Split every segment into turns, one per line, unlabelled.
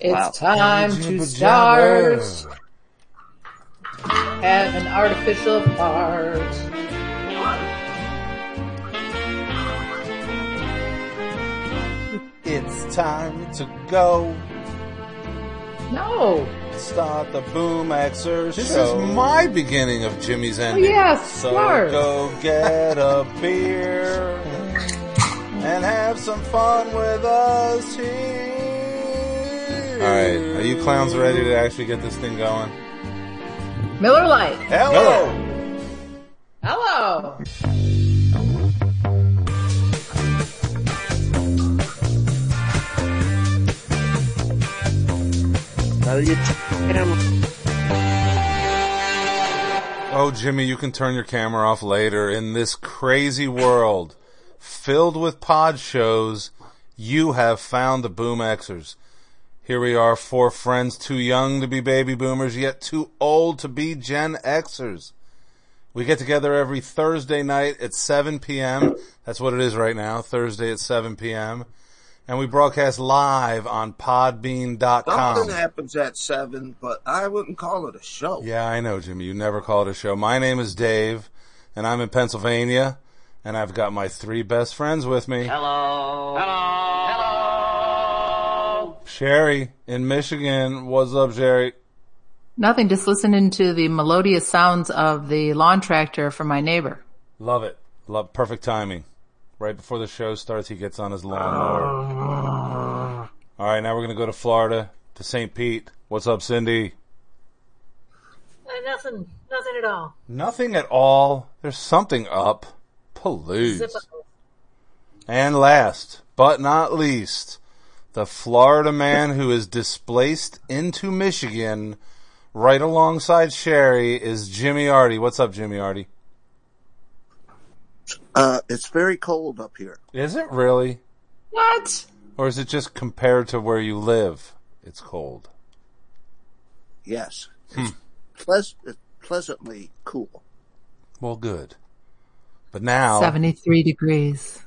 It's
Wow.
time to
Jibba
start.
jabba.
Have an artificial heart.
It's time to go
No.
start the Boom Xer
This
show.
is my beginning of Jimmy's
Oh
ending.
yeah,
So
smart.
go get a beer and have some fun with us here.
All right, are you clowns ready to actually get this thing going?
Miller Lite.
Hello.
Hello.
Oh, Jimmy, you can turn your camera off later. In this crazy world filled with pod shows, you have found the boom Xers. Here we are, four friends too young to be baby boomers, yet too old to be Gen Xers. We get together every Thursday night at 7 p.m. That's what it is right now, Thursday at 7 p.m. And we broadcast live on podbean.com.
Something happens at seven, but I wouldn't call it a show.
Yeah, I know, Jimmy. You never call it a show. My name is Dave, and I'm in Pennsylvania, and I've got my three best friends with me.
Hello. Hello. Hello.
Sherry in Michigan. What's up, Sherry?
Nothing, just listening to the melodious sounds of the lawn tractor from my neighbor.
Love it. Love perfect timing. Right before the show starts, he gets on his lawnmower. All right, now we're gonna go to Florida to St. Pete. What's up, Cindy?
Uh, nothing, nothing at all.
Nothing at all. There's something up. Please.
Zip up.
And last, but not least, the Florida man who is displaced into Michigan right alongside Sherry is Jimmy Artie. What's up, Jimmy Artie?
Uh, it's very cold up here.
Is it really?
What?
Or is it just compared to where you live? It's cold.
Yes.
Hmm.
It's pleas- it's pleasantly cool.
Well, good. But now,
73 degrees.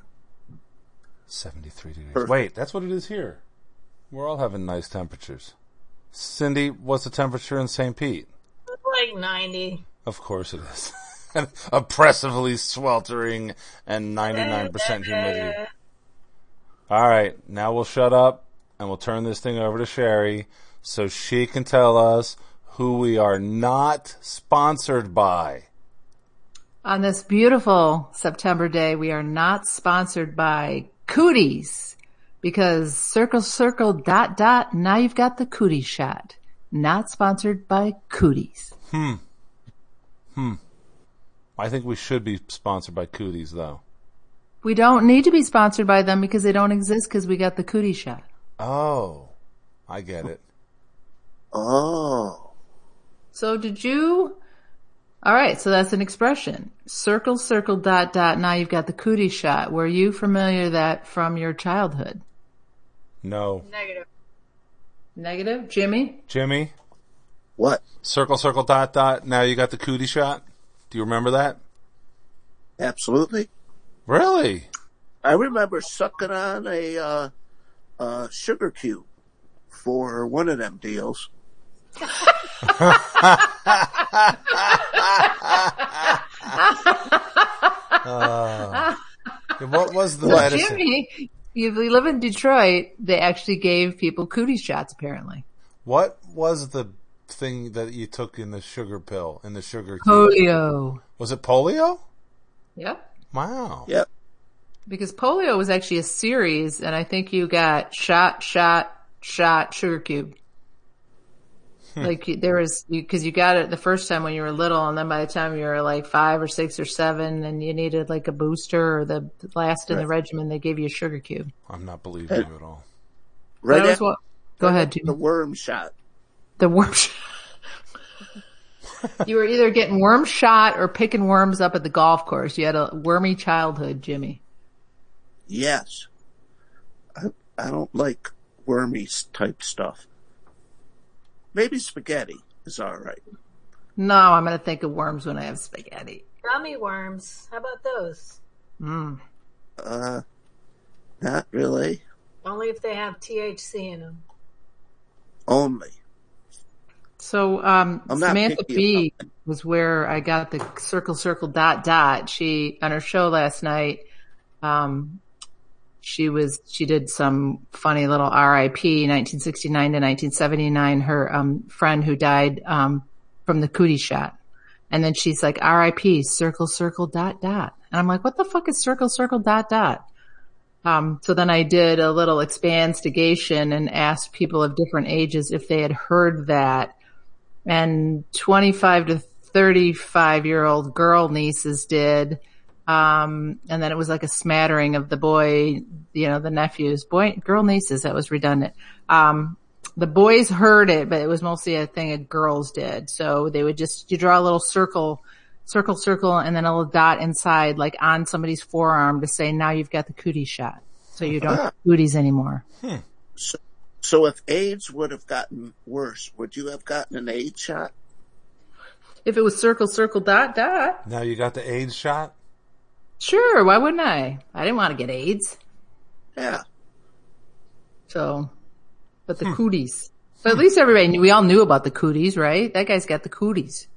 73 degrees.
Perfect.
Wait, that's what it is here. We're all having nice temperatures. Cindy, what's the temperature in St. Pete?
Like 90.
Of course it is. Oppressively sweltering and 99% humidity. All right, now we'll shut up and we'll turn this thing over to Sherry so she can tell us who we are not sponsored by.
On this beautiful September day, we are not sponsored by cooties because circle, circle, dot, dot, now you've got the cootie shot. Not sponsored by cooties.
I think we should be sponsored by Cooties though.
We don't need to be sponsored by them because they don't exist because we got the cootie shot.
Oh, I get it.
Oh.
So did you? All right. So that's an expression. Circle, circle, dot, dot. Now you've got the cootie shot. Were you familiar with that from your childhood?
No.
Negative.
Negative. Jimmy?
Jimmy,
What?
circle, circle, dot, dot. Now you got the Cootie shot. Do you remember that?
Absolutely.
Really?
I remember sucking on a, uh, uh, sugar cube for one of them deals.
What was the
So
medicine?
Jimmy, if you live in Detroit, they actually gave people cootie shots apparently.
What was the thing that you took in the sugar pill in the sugar cube?
Polio.
Was it polio?
Yep.
Wow.
Yep.
Because polio was actually a series and I think you got shot, shot, shot, sugar cube.
Hmm.
Like you- there was, you, cause you got it the first time when you were little and then by the time you were like five or six or seven and you needed like a booster or the last in the regimen, they gave you a sugar cube.
I'm not believing you at all.
Right
That was
after
what- go ahead,
the
Jimmy.
worm shot.
The worm shot. you were either getting worm shot or picking worms up at the golf course. You had a wormy childhood, Jimmy.
Yes. I, I don't like wormy type stuff. Maybe spaghetti is alright.
No, I'm going to think of worms when I have spaghetti.
Gummy worms. How about those?
Uh, not really.
Only if they have THC in them.
only.
So um,
I'm not
Samantha B
picky
was where I got the circle circle dot dot. She on her show last night. Um, she was she did some funny little RIP 1969 to 1979. Her um, friend who died um, from the cootie shot, and then she's like RIP circle circle dot dot, and I'm like, what the fuck is circle circle dot dot? Um, so then I did a little expanstigation and asked people of different ages if they had heard that and 25 to 35 year old girl nieces did. Um, and then it was like a smattering of the boy, you know, the nephews, boy, girl nieces, that was redundant. Um, the boys heard it, but it was mostly a thing that girls did. So they would just, you draw a little circle, circle, circle, and then a little dot inside, like on somebody's forearm to say, now you've got the cootie shot. So you don't have cooties anymore.
So, so if AIDS would have gotten worse, would you have gotten an AIDS shot?
If it was circle, circle, dot, dot.
Now you got the AIDS shot?
Sure. Why wouldn't I? I didn't want to get AIDS.
Yeah.
So, but the
Hmm.
cooties. But at least everybody, knew- we all knew about the cooties, right? That guy's got the cooties.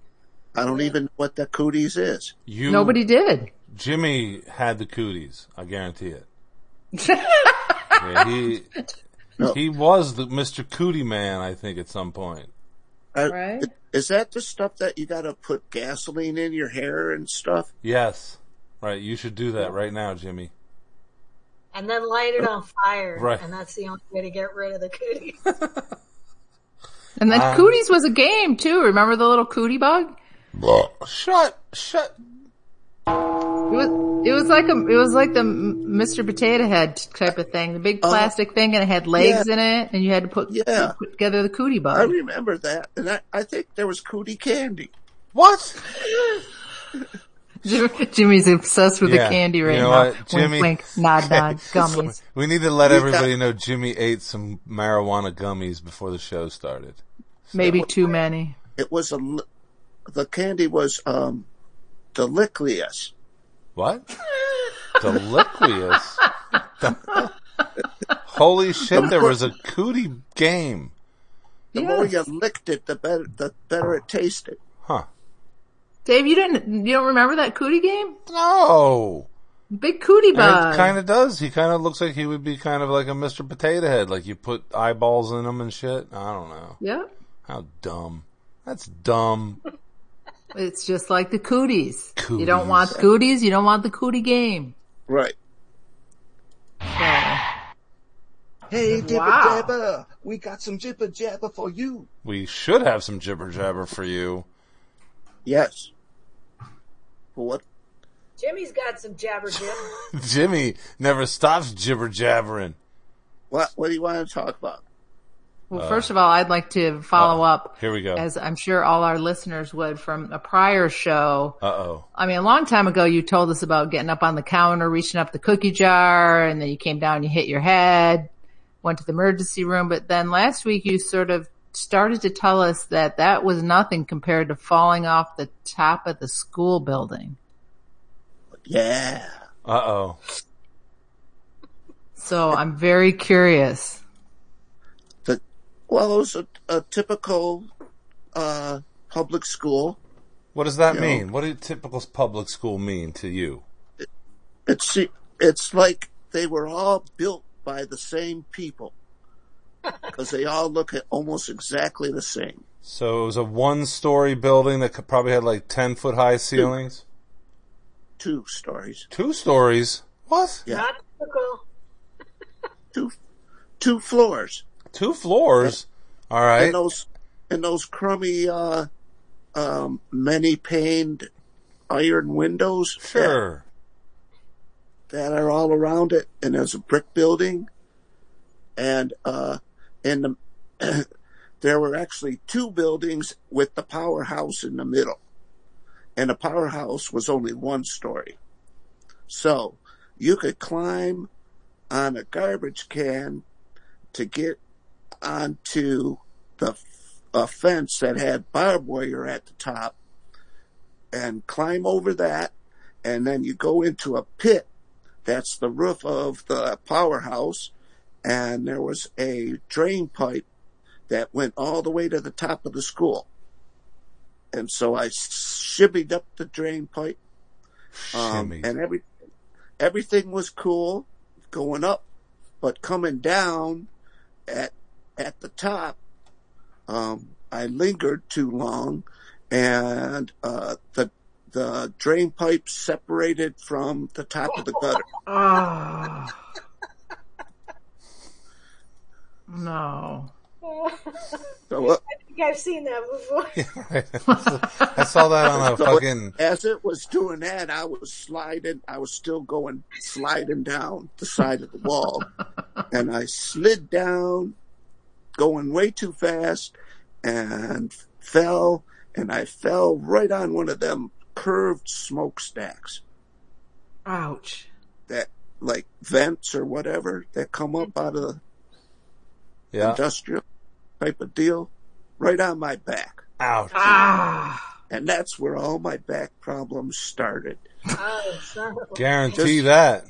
I don't even know what the cooties is.
You,
Nobody did.
Jimmy had the cooties. I guarantee it. Yeah, he,
No.
he was the Mr. Cootie Man, I think, at some point.
I-
Right.
Is that the stuff that you gotta put gasoline in your hair and stuff?
Yes. Right. You should do that right now, Jimmy.
And then light it on fire.
Right.
And that's the only way to get rid of the cooties.
And then
Um,
cooties was a game too. Remember the little cootie bug?
Shut, shut.
It was, it was like a, it was like the M- Mr. Potato Head type of thing, the big
Uh-huh.
plastic thing, and it had legs in it, and you had to put,
Yeah.
put together the cootie
I
bug.
remember that, and I, I think there was cootie candy.
What?
Jim- Jimmy's obsessed with
Yeah.
the candy right
You know
now.
what, Jimmy-
Wink, wink, nod, nod, gummies.
We need to let everybody know Jimmy ate some marijuana gummies before the show started.
Maybe too many.
It was a, li- the candy was um, Deliquius.
What? Deliquious. Holy shit, there was a cootie game.
The more you licked it, the better the better it tasted.
Huh.
Dave, you didn't, you don't remember that cootie game?
No.
Big cootie bug.
It kind of does. He kind of looks like he would be kind of like a Mr. Potato Head. Like you put eyeballs in him and shit. I don't know.
Yep.
How dumb. That's dumb.
It's just like the cooties. You
Cooties.
don't want cooties. You don't want the cootie game.
Right.
Hey, Dipper
Wow.
Jabber, we got some Jibber Jabber for you.
We should have some jibber jabber for you.
Yes. But what?
Jimmy's got some jabber jib.
Jimmy never stops jibber jabbering.
What? What do you want to talk about?
Well, first of all, I'd like to follow up.
Uh, Here we go.
As I'm sure all our listeners would from a prior show.
Uh oh.
I mean, a long time ago, you told us about getting up on the counter, reaching up the cookie jar, and then you came down, you hit your head, went to the emergency room. But then last week, you sort of started to tell us that that was nothing compared to falling off the top of the school building.
Yeah.
Uh oh.
So I'm very curious.
The well, it was a, a typical uh, public school.
What does that
Yo.
mean? What did typical public school mean to you?
It's it's like they were all built by the same people because they all look at almost exactly the same.
So it was a one story building that could probably had like 10 foot high ceilings.
Two stories.
Two stories? What?
Yeah.
Not typical.
Two two floors.
Two floors? All right.
And those and those crummy uh, um, many paned iron windows.
Sure.
that are all around it, and there's a brick building, and uh, in the there were actually two buildings with the powerhouse in the middle, and the powerhouse was only one story, so you could climb on a garbage can to get onto the f- a fence that had barbed wire at the top, and climb over that, and then you go into a pit that's the roof of the powerhouse, and there was a drain pipe that went all the way to the top of the school. And so I shimmied up the drain pipe, um,
Shimmy.
and every everything was cool going up, but coming down at at the top, um, I lingered too long, and uh, the the drain pipe separated from the top of the gutter.
Oh. No.
So uh,
I think I've seen that before.
I saw that on a
So it-
fucking.
as it was doing that, I was sliding. I was still going sliding down the side of the wall, and I slid down, going way too fast, and fell. And I fell right on one of them curved smokestacks
Ouch.
that, like vents or whatever, that come up out of the
Yeah.
industrial type of deal, right on my back.
Ouch.
Ah.
And that's where all my back problems started.
Oh, son of a-
Guarantee that.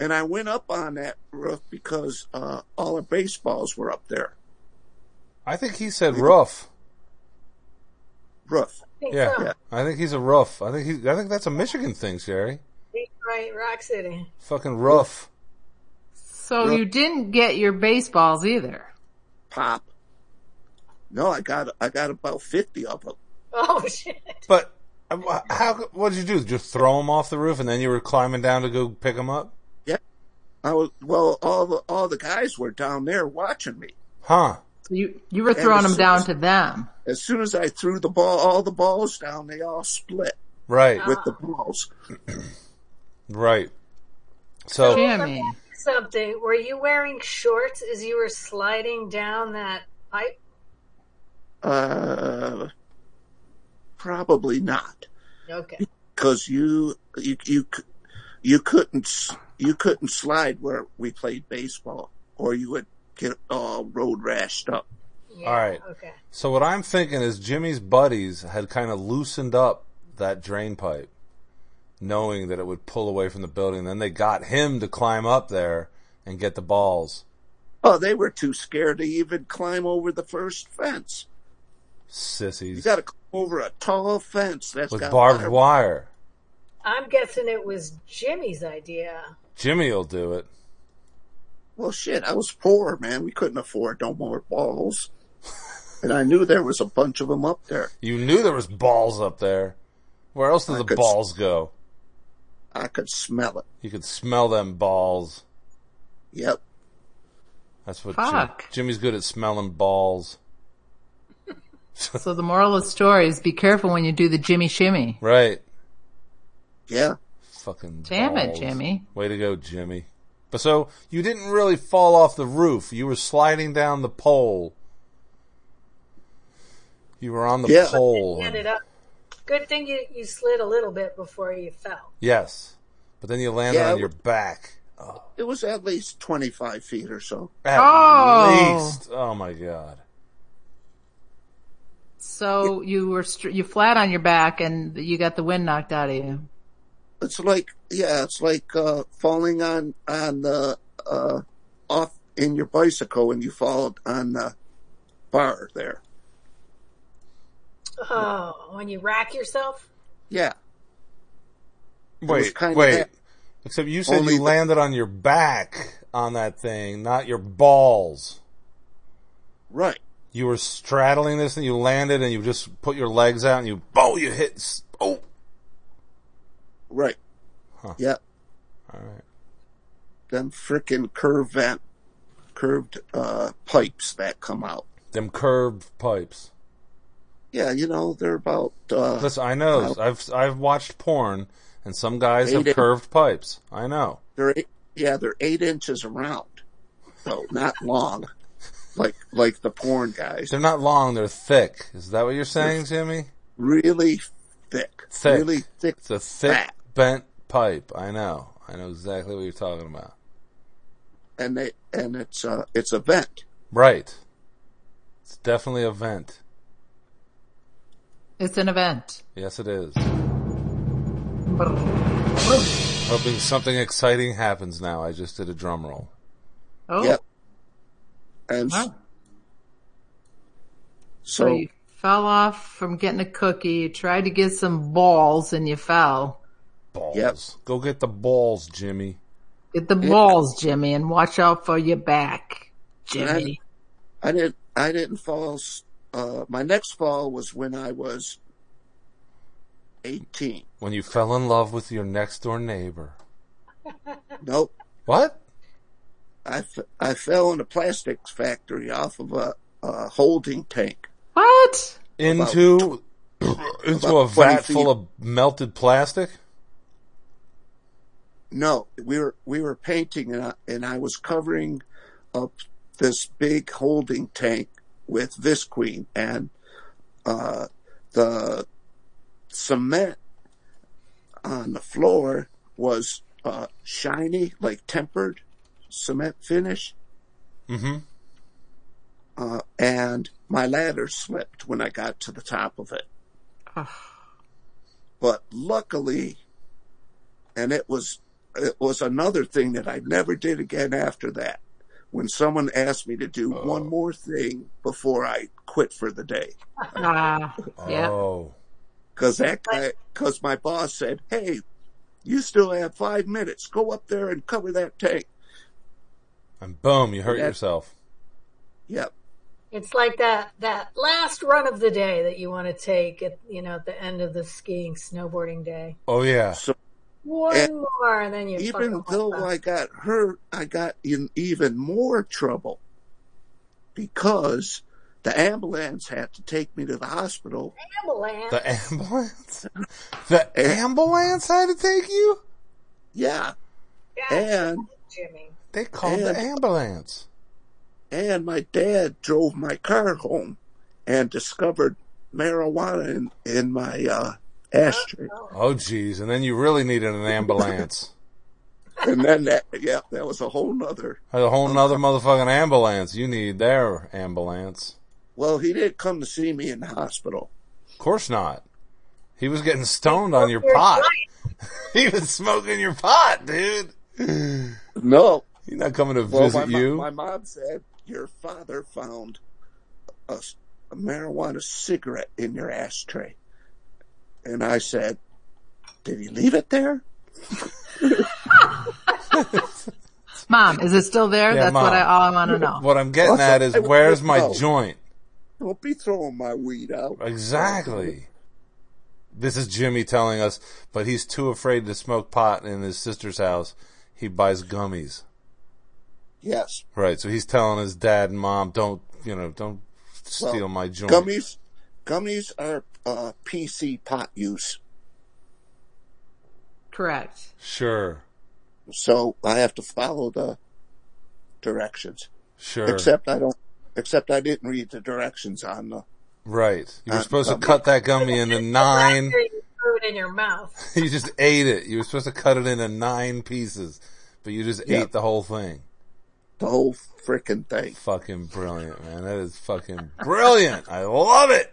and I went up on that roof because uh, all the baseballs were up there.
I think he said roof.
Roof.
I think
Yeah.
so.
I think he's a roof. I think he. I think that's a Michigan thing, Jerry.
Right, Rock City.
Fucking roof.
So you didn't get your baseballs either.
Pop. No, I got I got about fifty of them.
Oh shit.
But um, how? What did you do? Just throw him off the roof, and then you were climbing down to go pick him up?
I was well, all the all the guys were down there watching me.
Huh?
So you you were throwing them down to them.
As soon as I threw the ball, all the balls down, they all split
Right.
with the balls.
Right. So
Jimmy.
Something. Were you wearing shorts as you were sliding down that pipe?
Uh, probably not,
Okay.
because you you you c- you couldn't s- you couldn't slide where we played baseball, or you would get all road rashed up.
Yeah,
All right.
Okay.
So what I'm thinking is Jimmy's buddies had kind of loosened up that drain pipe, knowing that it would pull away from the building. Then they got him to climb up there and get the balls.
Oh, they were too scared to even climb over the first fence. You
Sissies.
got to climb over a tall fence that's
With
got
barbed wire.
I'm guessing it was Jimmy's idea.
Jimmy will do it.
Well, shit, I was poor, man. We couldn't afford no more balls, and I knew there was a bunch of them up there.
You knew there was balls up there. Where else did
I
the
could-
balls go?
I could smell it.
You could smell them balls.
Yep.
That's what
Fuck.
Jimmy's good at smelling balls.
So the moral of the story is be careful when you do the Jimmy shimmy.
Right.
Yeah.
Fucking
Damn it,
balls.
Jimmy.
Way to go, Jimmy. But so you didn't really fall off the roof. You were sliding down the pole. You were on the
Yeah.
pole.
Ended up. Good thing you, you slid a little bit before you fell.
Yes. But then you landed
Yeah,
on
it
your back.
It was at least 25 feet or so.
At
Oh.
least. Oh my god.
So you were str- you flat on your back and you got the wind knocked out of you.
It's like, yeah, it's like, uh, falling on, on the, uh, off in your bicycle and you fall on the bar there. Uh-huh.
Oh, when you rack yourself?
Yeah. was
Wait,
kinda
wait.
that.
Except you said
Only
you
the-
landed on your back on that thing, not your balls.
Right.
You were straddling this and you landed and you just put your legs out and you, oh, you hit, s- oh,
Right.
Huh.
Yeah.
Alright.
Them frickin' curved vent, curved, uh, pipes that come out.
them curved pipes.
Yeah, you know, they're about, uh,
Listen, I know. I've I've watched porn, and some guys
They
have
did.
curved pipes. I know.
they're eight, yeah, they're eight inches around. So not long. Like, like the porn guys.
They're not long. They're thick. Is that what you're saying, Jimmy?
Really thick.
Thick.
Really thick.
It's a thick
fat.
bent pipe. I know. I know exactly what you're talking about.
and they and it's uh it's a vent.
Right. It's definitely a vent.
It's an event.
Yes, it is.
Oh,
Hoping something exciting happens now.
Oh,
I just did a drum roll.
Yep. And
Huh. So
So
you fell off from getting a cookie. You tried to get some balls and you fell.
Balls.
Yep.
Go get the balls, Jimmy.
Get the balls, Jimmy, and watch out for your back, Jimmy.
I didn't. I didn't fall. s- Uh, my next fall was when I was eighteen.
When you fell in love with your next door neighbor.
Nope.
What?
I, f- I fell in a plastics factory off of a, a holding tank.
What?
Into into a
about 20
vat full of melted plastic?
No, we were we were painting and I, and I was covering up this big holding tank with Visqueen and uh, the cement on the floor was uh, shiny like tempered cement finish.
Mm-hmm.
uh, and my ladder slipped when I got to the top of it. but luckily, and it was it was another thing that I never did again after that. When someone asked me to do one more thing before I quit for the day,
Ah, yeah.
Oh.
because that guy, because my boss said, "Hey, you still have five minutes. Go up there and cover that tank."
And boom, you hurt
That-
yourself.
Yep.
It's like that that last run of the day that you want to take at you know at the end of the skiing snowboarding day.
Oh yeah.
So
One
And
more, and then you
even
fucking
though
walk back.
I got hurt, I got in even more trouble because the ambulance had to take me to the hospital.
Ambulance.
The ambulance? The ambulance had to take you?
Yeah,
Gotcha,
and
Jimmy.
They called the
And-
ambulance.
and my dad drove my car home and discovered marijuana in, in my uh, ashtray.
Oh geez, and then you really needed an ambulance.
And then that, yeah, that was a whole nother.
Had a whole nother motherfucking ambulance. You need their ambulance.
Well, he didn't come to see me in the hospital.
Of course not. He was getting stoned on your pot. He was smoking your pot, dude.
No,
He's not coming to
Well, my,
visit
mo-
you.
my mom said your father found a, s- a marijuana cigarette in your ashtray, and I said, "Did he leave it there?"
Mom, is it still there?
Yeah,
That's
Mom.
what I all I want to know.
What I'm getting
Also,
at is,
I would
where's
just
my
know.
joint?
Don't be throwing my weed out.
Exactly. This is Jimmy telling us, but he's too afraid to smoke pot in his sister's house. He buys gummies.
Yes,
Right, so he's telling his dad and mom, don't, you know, don't steal
Well,
my joint.
gummies. Gummies are uh, PC pot use,
Correct.
Sure,
so I have to follow the directions.
sure.
Except I don't. Except I didn't read the directions on the.
right. You were
Uh,
supposed
gummy.
to cut that gummy into nine.
After you threw it in your mouth.
you just ate it. You were supposed to cut it into nine pieces, but you just
Yeah.
ate the whole thing.
The whole frickin' thing.
Fucking brilliant, man. That is fucking brilliant. I love it.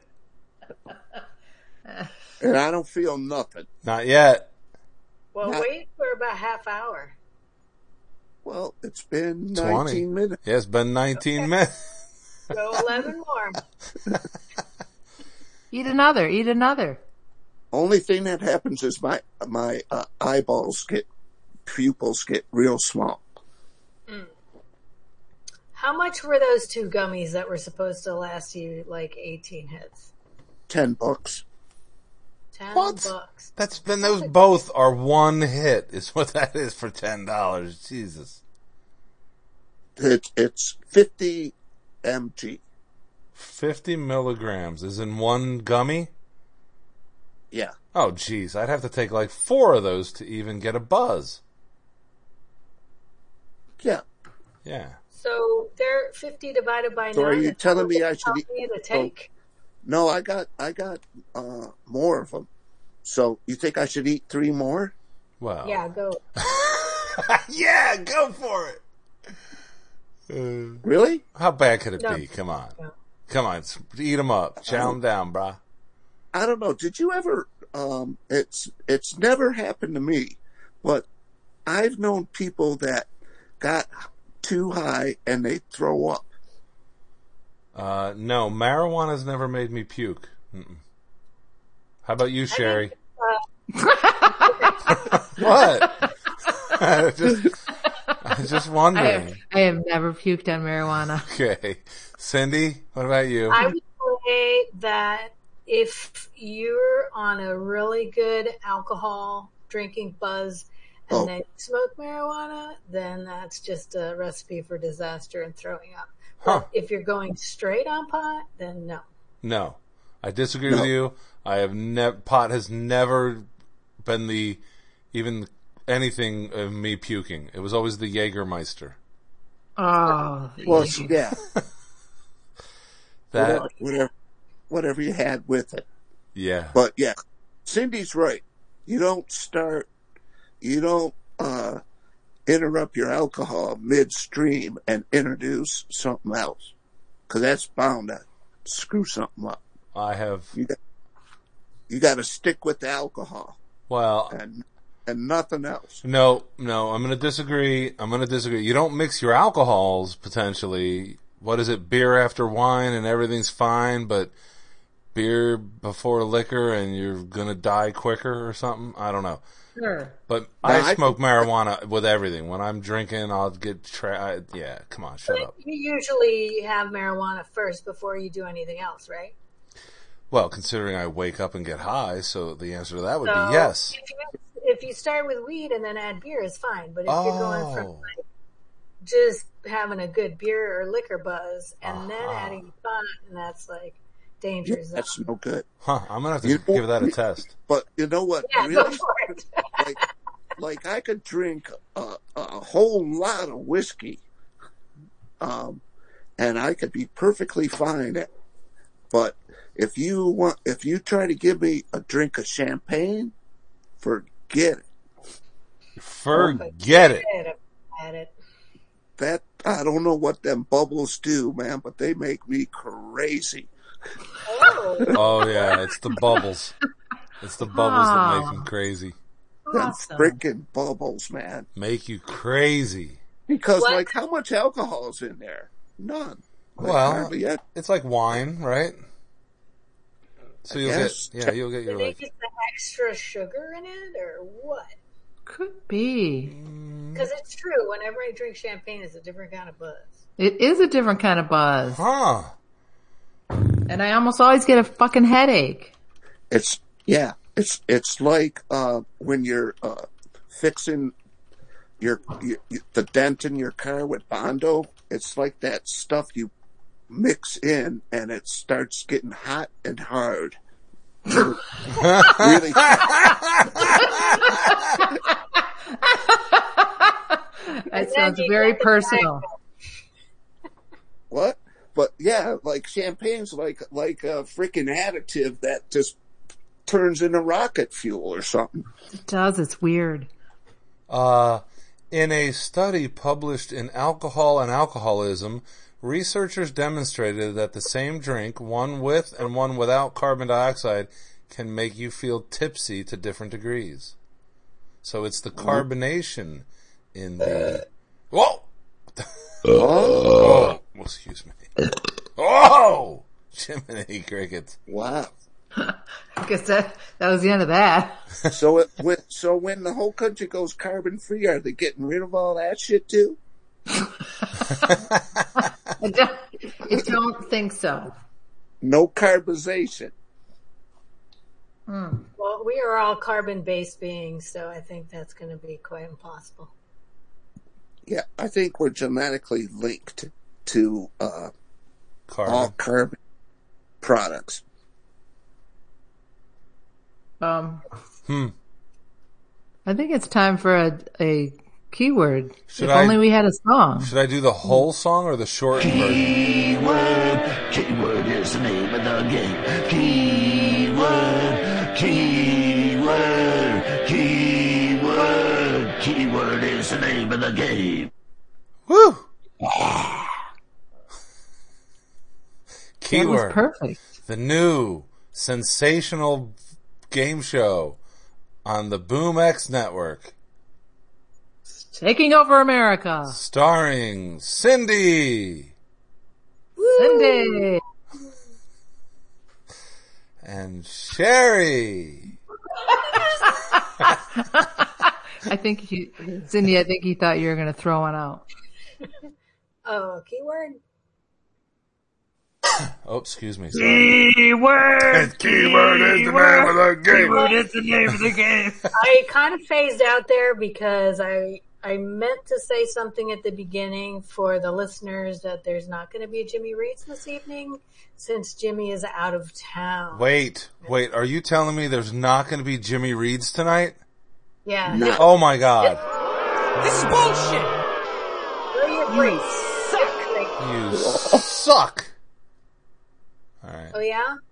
And I don't feel nothing.
Not yet.
Well,
Not-
wait for about half hour.
Well, it's been
20.
19 minutes.
Yeah, it's been 19 minutes.
Go eleven more.
Eat another. Eat another.
Only thing that happens is my my uh, eyeballs get pupils get real small.
How much were those two gummies that were supposed to last you like eighteen hits?
Ten bucks.
Ten
What?
bucks.
That's been those both are one hit is what that is for $10. Jesus.
It, it's fifty mg.
50 milligrams is in one gummy?
Yeah,
Oh, jeez. I'd have to take like four of those to even get a buzz.
yeah.
Yeah.
So they're fifty divided by
So
nine.
are you
is
telling
what
me
they
I should Oh.
tell
eat-
me to take?
No, I got I got uh more of them. So you think I should eat three more?
Well.
Yeah, go.
Oh. yeah, go for it. Uh,
Really?
how bad could it
No.
be? Come on.
No. Um,
Come on. s- Eat them up. Chow them down, brah.
I don't know. Did you ever? Um, it's it's never happened to me, but I've known people that got too high and they throw up.
Uh, no, marijuana's never made me puke. Mm-mm. How about you, Sherry? what? I just, I just
I have,
wondering.
I have never puked on marijuana.
Okay, Cindy, what about you?
I would say that if you're on a really good alcohol drinking buzz and
Oh.
then you smoke marijuana, then that's just a recipe for disaster and throwing up.
Huh.
But if you're going straight on pot, then no.
No, I disagree
No.
with you. I have never pot has never been the even anything of me puking. It was always the Jägermeister.
Oh,
Well,
yeah.
yeah,
That
whatever, whatever you had with it.
yeah,
But yeah, Cindy's right. You don't start, you don't uh, interrupt your alcohol midstream and introduce something else, because that's bound to screw something up.
I have.
You got, you got to stick with the alcohol
Well,
and and nothing else.
No, no, I'm going to disagree. I'm going to disagree. You don't mix your alcohols potentially. What is it? Beer after wine and everything's fine, but beer before liquor and you're going to die quicker or something. I don't know.
Sure.
But
No,
I
I-
smoke marijuana with everything. When I'm drinking, I'll get tra- I, yeah, come on, shut up.
You usually have marijuana first before you do anything else, right?
Well, considering I wake up and get high, so the answer to that would
So
be yes.
If you, if you start with weed and then add beer, it's fine. But if you're going from
Oh,
like, just having a good beer or liquor buzz and then
Uh-huh.
adding pot, and that's like
Yeah,
dangerous.
that's no good.
huh, I'm going to
You
have to
don't-
give that a test.
But you know what?
yeah, go
really,
for it.
like, like I could drink a, a whole lot of whiskey, um, and I could be perfectly fine. At, but if you want, if you try to give me a drink of champagne, forget it.
Forget it.
Forget about it.
That I don't know what them bubbles do, man, but they make me crazy.
Oh,
Oh yeah, it's the bubbles. It's the bubbles that make them crazy.
Awesome.
Them freaking bubbles, man.
Make you crazy.
Because
What?
like, how much alcohol is in there? None. Like,
Well,
hardly any.
It's like wine, right? So you'll
guess.
get yeah, you'll get your
did they
like
get the extra sugar in it or what?
Could be.
Because it's true. Whenever I drink champagne, it's a different kind of buzz.
It is a different kind of buzz.
huh.
And I almost always get a fucking headache.
It's yeah. It's it's like uh, when you're uh, fixing your, your the dent in your car with Bondo. It's like that stuff you mix in, and it starts getting hot and hard. really,
That
then
sounds
you
very
get the
personal.
what? But yeah, like champagne's like like a freaking additive that just turns into rocket fuel or something.
It does. It's weird.
Uh, in a study published in Alcohol and Alcoholism, researchers demonstrated that the same drink, one with and one without carbon dioxide, can make you feel tipsy to different degrees. So it's the carbonation in the. Whoa! oh, excuse me. Oh! Jiminy Crickets.
Wow.
I guess that, that was the end of that.
So it when, so when the whole country goes carbon free, are they getting rid of all that shit too?
I don't, I don't think so.
No carbonization.
Well, we are all carbon-based beings, so I think that's going to be quite impossible.
Yeah, I think we're genetically linked to uh, all
Carbon.
carbon products.
Um,
Hmm.
I think it's time for a, a keyword.
Should
if
I-
only we had a song.
Should I do the whole song or the short version?
Keyword, keyword is the name of the game. Keyword, keyword, keyword, keyword is the name of the game.
Woo!
That was
Keyword.
perfect.
the new sensational game show on the BoomX network,
Taking over America.
starring Cindy,
Woo!
Sunday.
And Sherry.
I think he, Cindy, I think he thought you were going to throw one out.
Oh, keyword.
Oh, excuse me. Sorry.
Keyword is the man with a game.
I kind of phased out there because I I meant to say something at the beginning for the listeners that there's not going to be a Jimmy Reed's this evening since Jimmy is out of town.
Wait, wait. Are you telling me there's not going to be Jimmy Reed's tonight?
Yeah,
No.
Oh my God.
Where are your briefs?
You suck. All
Oh
right.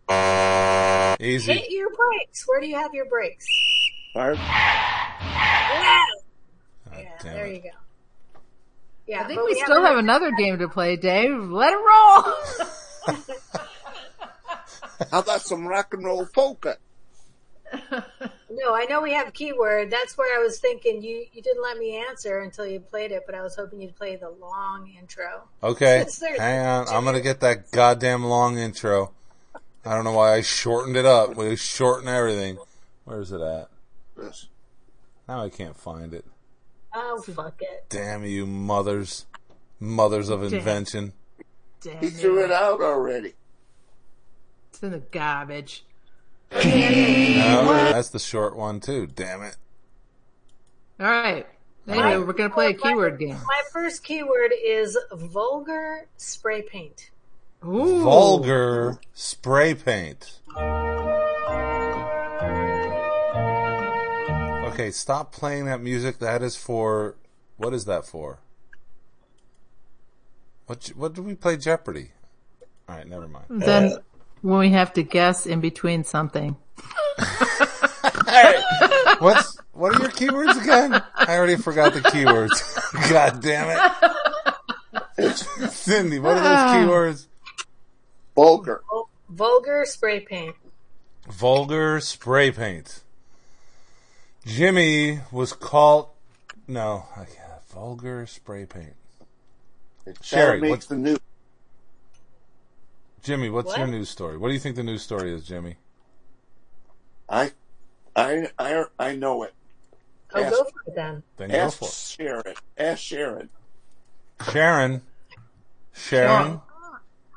yeah,
Easy.
hit your brakes. Where do you have your brakes?
Pardon?
Yeah,
God Ah, damn
there
it.
you go. Yeah,
I think we still have another game to play, Dave. Let it roll.
How about some rock and roll polka?
No, I know we have keyword. That's where I was thinking you you didn't let me answer until you played it, but I was hoping you'd play the long intro.
Okay.
It's there.
Hang on. I'm going to get that goddamn long intro. I don't know why I shortened it up. We shorten everything. Where's it at?
Yes.
Now I can't find it.
Oh fuck it.
Damn you mothers. Mothers of invention.
Damn
He
it.
threw it out already.
It's in the garbage.
No, that's the short one too. Damn it.
All right. Anyway, we're going to play a keyword game.
My first keyword is vulgar spray paint.
Ooh.
Vulgar spray paint. Okay, stop playing that music. That is for what is that for? What j- what did we play Jeopardy? All right, never mind.
Then when we have to guess in between something.
What's what are your keywords again? I already forgot the keywords. God damn it, Cindy! What are those keywords?
Vulgar.
Vul- Vulgar spray paint.
Vulgar spray paint. Jimmy was called. No, I can't. Vulgar spray paint. Sherry,
that makes
what's-
the news.
Jimmy, what's
What?
your news story? What do you think the news story is, Jimmy?
I, I, I, I know it.
Oh,
Yes.
go for it then.
Then go
Ask
for it.
Sharon. Ask Sharon.
Sharon. Sharon.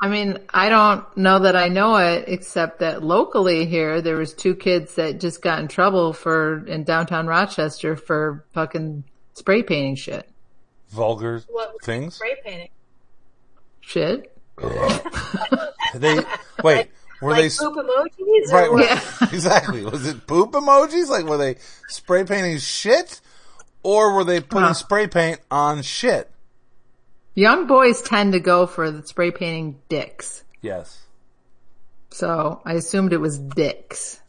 I mean, I don't know that I know it, except that locally here, there was two kids that just got in trouble for, in downtown Rochester for fucking spray painting shit.
Vulgar
What was
things.
spray painting?
Shit.
They wait. Were
like
they s-
poop emojis? or
right?
what?
right.
Yeah.
exactly. Was it poop emojis? Like were they spray painting shit, or were they putting
Huh.
spray paint on shit?
Young boys tend to go for the spray painting dicks.
Yes.
So I assumed it was dicks.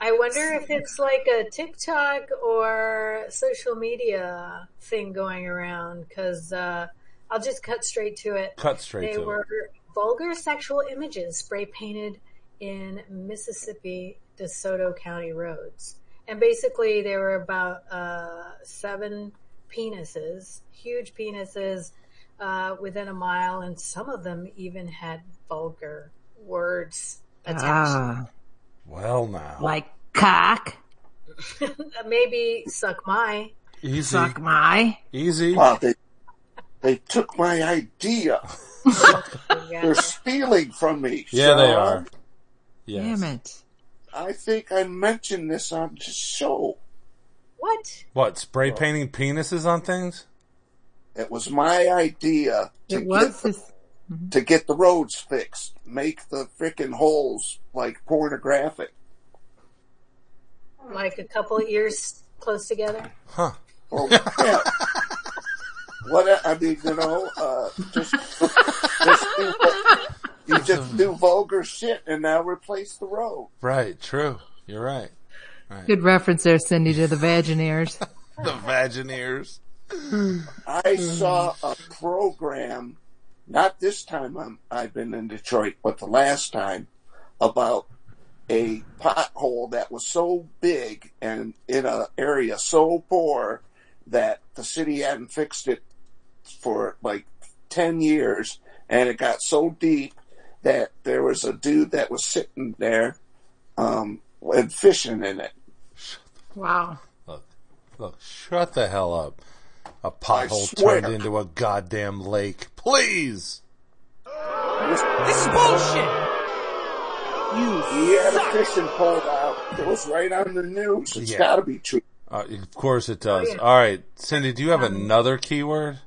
I wonder if it's like a TikTok or social media thing going around because uh, I'll just cut straight to it.
Cut straight
they
to it.
were vulgar sexual images spray painted in Mississippi DeSoto County roads. And basically, they were about uh, seven penises, huge penises, uh, within a mile, and some of them even had vulgar words attached.
Ah,
Well, now
like cock,
Uh, Maybe suck my.
easy,
suck my.
easy.
Wow, they, they took my idea.
Yeah.
They're stealing from me.
Yeah, they
Sharon.
are. Yes.
Damn it.
I think I mentioned this on the show.
What?
What spray painting penises on things?
It was my idea to
It
get
was
the,
this.
to get the roads fixed, make the frickin' holes like pornographic,
Like a couple of ears close together?
or yeah. what I mean, you know, uh, just just do, you just do vulgar shit and now replace the road.
Right. True. You're right.
Good reference there, Cindy, to the Vagineers.
The Vagineers.
I saw a program, not this time I'm, I've been in Detroit, but the last time about a pothole that was so big and in an area so poor that the city hadn't fixed it for like 10 years and it got so deep that there was a dude that was sitting there um, and fishing in it.
Wow.
Look, shut the hell up. A pothole
swear.
turned into a goddamn lake. Please!
This is bullshit.
He had a fishing pole out. It was right on the news. It's
Yeah.
got to be true.
Uh, of course it does. Alright, Cindy, do you have another keyword?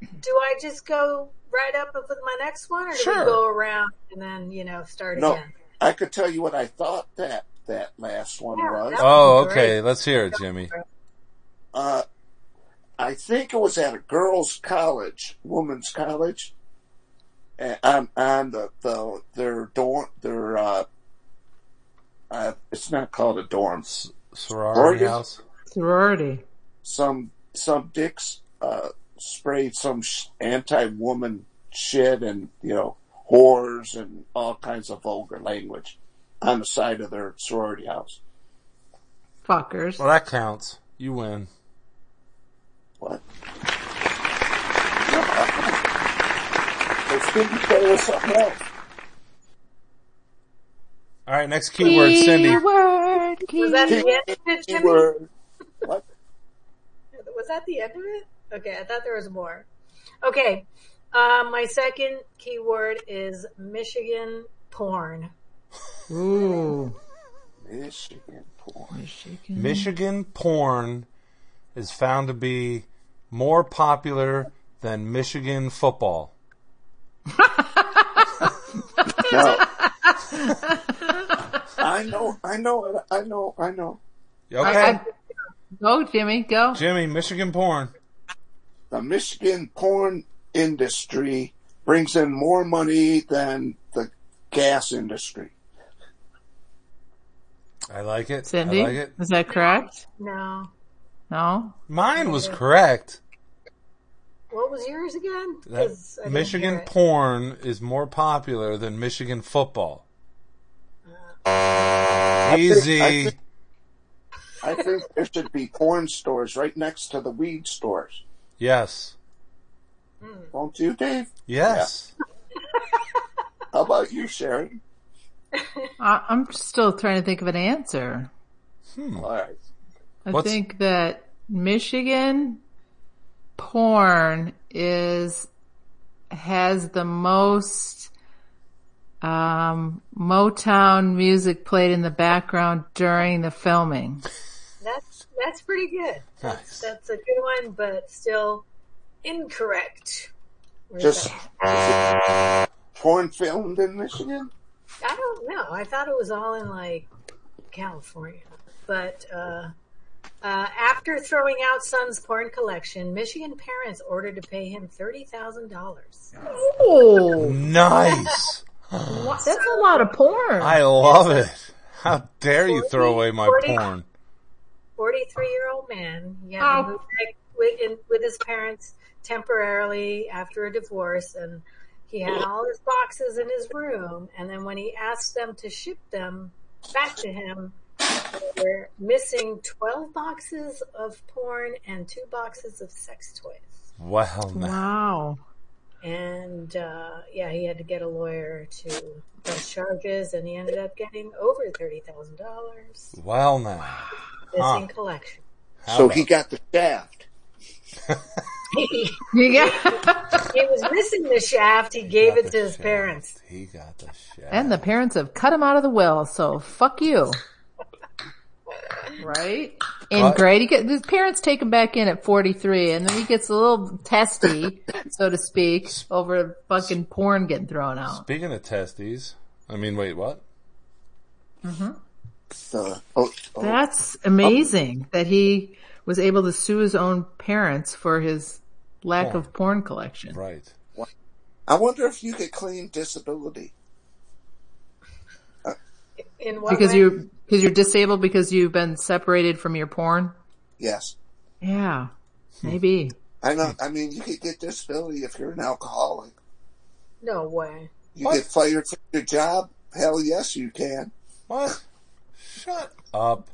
Do I just go right up with my next one, or do
Sure.
we go around and then you know start
No,
again?
I could tell you what I thought that that last one
Yeah,
was.
that-
Oh,
Great.
okay. Let's hear it, Jimmy.
Uh, I think it was at a girls' college, women's college, and on on the, the their dorm. Their uh, uh, it's not called a dorm.
Sorority
Sorority?
house?
Sorority.
Some some dicks uh, sprayed some sh- anti-woman shit and you know whores and all kinds of vulgar language on the side of their sorority house.
Fuckers.
Well, that counts. You win.
What? They didn't tell us something else.
Alright, next keyword, Cindy.
Keyword,
Was
keyword.
that the end of it, Jimmy?
Keyword. What?
Was that the end of it? Okay, I thought there was more. Okay, um, my second keyword is Michigan porn.
Ooh.
Michigan porn.
Michigan porn is found to be more popular than Michigan football.
No. I know, I know, it, I know, I know.
Okay.
I- Go, Jimmy, go.
Jimmy, Michigan porn.
The Michigan porn industry brings in more money than the gas industry.
I like it.
Cindy,
I like it.
is that correct?
No,
No?
Mine was correct.
what was yours again?
That
'Cause I didn't hear
Michigan
it.
porn is more popular than Michigan football.
Uh,
Easy.
I think- I think there should be porn stores right next to the weed stores.
yes.
Don't you, Dave?
Yes.
How about you, Sharon?
I, I'm still trying to think of an answer.
All right.
I
What's-
think that Michigan porn is has the most um, Motown music played in the background during the filming.
That's that's pretty good.
Nice.
That's a good one, but still incorrect. Where's
Just
that?
porn filmed in Michigan?
I don't know. I thought it was all in like California, but uh, uh, after throwing out son's porn collection, Michigan parents ordered to pay him thirty thousand dollars.
Oh,
Nice.
that's a lot of porn.
I love it. How dare you throw away my
Forty-
porn?
Forty-three-year-old man, he had to
Oh.
move back with, in, with his parents temporarily after a divorce, and he had all his boxes in his room. And then when he asked them to ship them back to him, they were missing twelve boxes of porn and two boxes of sex toys.
Well, now.
wow.
and uh, yeah, he had to get a lawyer to press charges, and he ended up getting over thirty thousand dollars
Well, now.
missing collection.
How
so
about-
he got the shaft.
You got-
He was missing the shaft. He gave it to his
Shit.
parents.
He got the shit.
and the parents have cut him out of the will, so fuck you. Right? And
Right.
great. He get, his parents take him back in at 43 and then he gets a little testy, so to speak, over fucking porn getting thrown out.
Speaking of testes, I mean, wait, what?
The, oh, oh,
That's amazing that he was able to sue his own parents for his lack of porn collection.
Right.
I wonder if you could claim disability.
In what
Because
way?
you, because you're disabled because you've been separated from your porn.
Yes.
Yeah. Maybe.
I know. I mean, you could get disability if you're an alcoholic.
no way.
You get fired from your job. Hell yes, you can.
What? Shut up.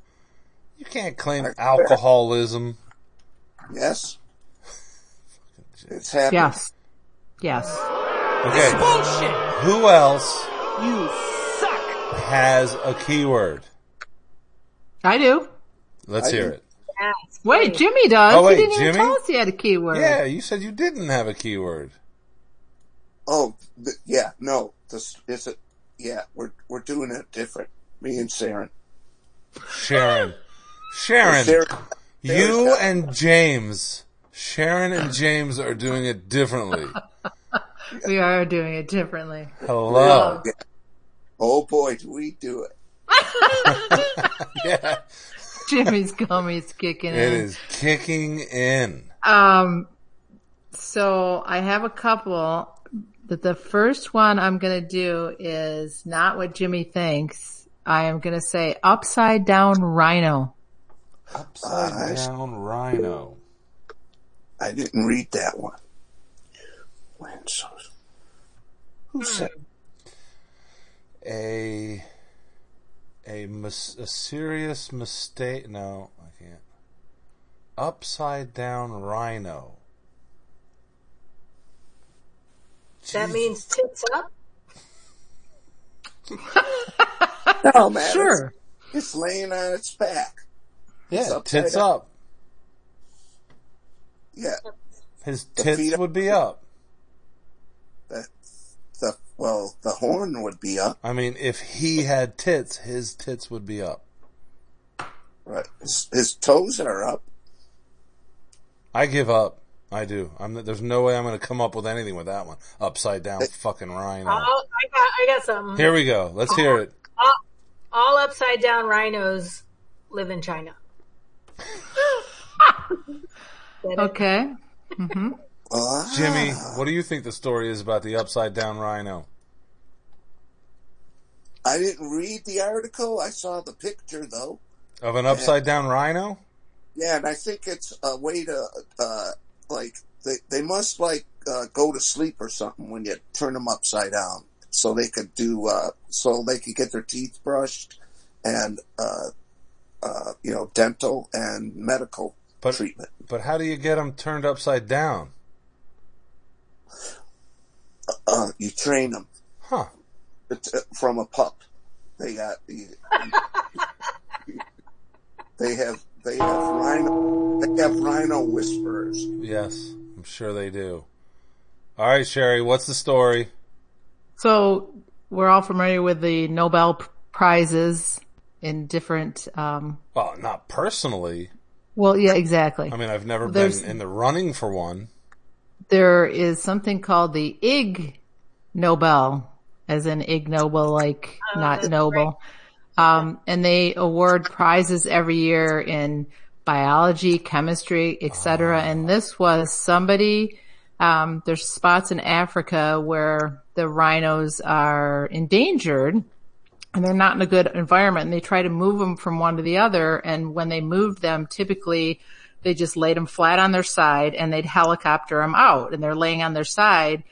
You can't claim alcoholism.
Yes. It's happened.
Yes. Yes.
This is
Okay.
bullshit.
Who else
You suck.
has a keyword?
I do.
Let's
I
hear
do.
it.
Yes,
Wait,
please.
Jimmy does.
Oh, wait,
he didn't even
Jimmy?
tell us he had a keyword.
Yeah, you said you didn't have a keyword.
Oh, th- yeah, no, this is it. Yeah, we're we're doing it different. Me and Saren.
Sharon. Sharon.
Saren-
You and James. Sharon and James are doing it differently.
We are doing it differently.
Hello.
oh boy, do we do it!
Yeah.
Jimmy's gummy's kicking
It
in.
is kicking in.
Um, so I have a couple. That the first one I'm going to do is not what Jimmy thinks. I am going to say upside down rhino.
Upside down rhino.
I didn't read that one. When so, who said?
A a, mis- a serious mistake. No, I can't. Upside down rhino.
that means tits up.
No man,
Sure.
it's, it's laying on its back.
Yeah,
upside
tits
down.
up.
Yeah,
His
The
tits
feet up.
would be up.
the the well, the horn would be up,
I mean, if he had tits, his tits would be up.
right? His, his toes are up.
I give up. I do. I'm. There's no way I'm going to come up with anything with that one. Upside down fucking rhino.
All, I got, I got something.
Here we go. Let's hear it.
All upside down rhinos live in China.
Okay.
Ah,
Jimmy, what do you think the story is about the upside down rhino?
I didn't read the article. I saw the picture though.
Of an upside down rhino?
Yeah, and I think it's a way to uh, like they they must like uh, go to sleep or something when you turn them upside down, so they could do uh, so they could get their teeth brushed and uh, uh, you know dental and medical
But-
treatment.
But how do you get them turned upside down?
Uh, you train them uh,
Huh.
from a pup. They got you, they have they have rhino they have rhino whisperers.
Yes, I'm sure they do. All right, Sherry, what's the story?
So we're all familiar with the Nobel P- prizes in different, um,
Well, not personally.
well, yeah, exactly.
I mean, I've never
There's-
been in the running for one.
there is something called the Ig Nobel, as in Ig Nobel, like not noble. Um, and they award prizes every year in biology, chemistry, etc. And this was somebody. Um, there's spots in Africa where the rhinos are endangered and they're not in a good environment and they try to move them from one to the other and when they moved them typically they just laid them flat on their side and they'd helicopter them out and they're laying on their side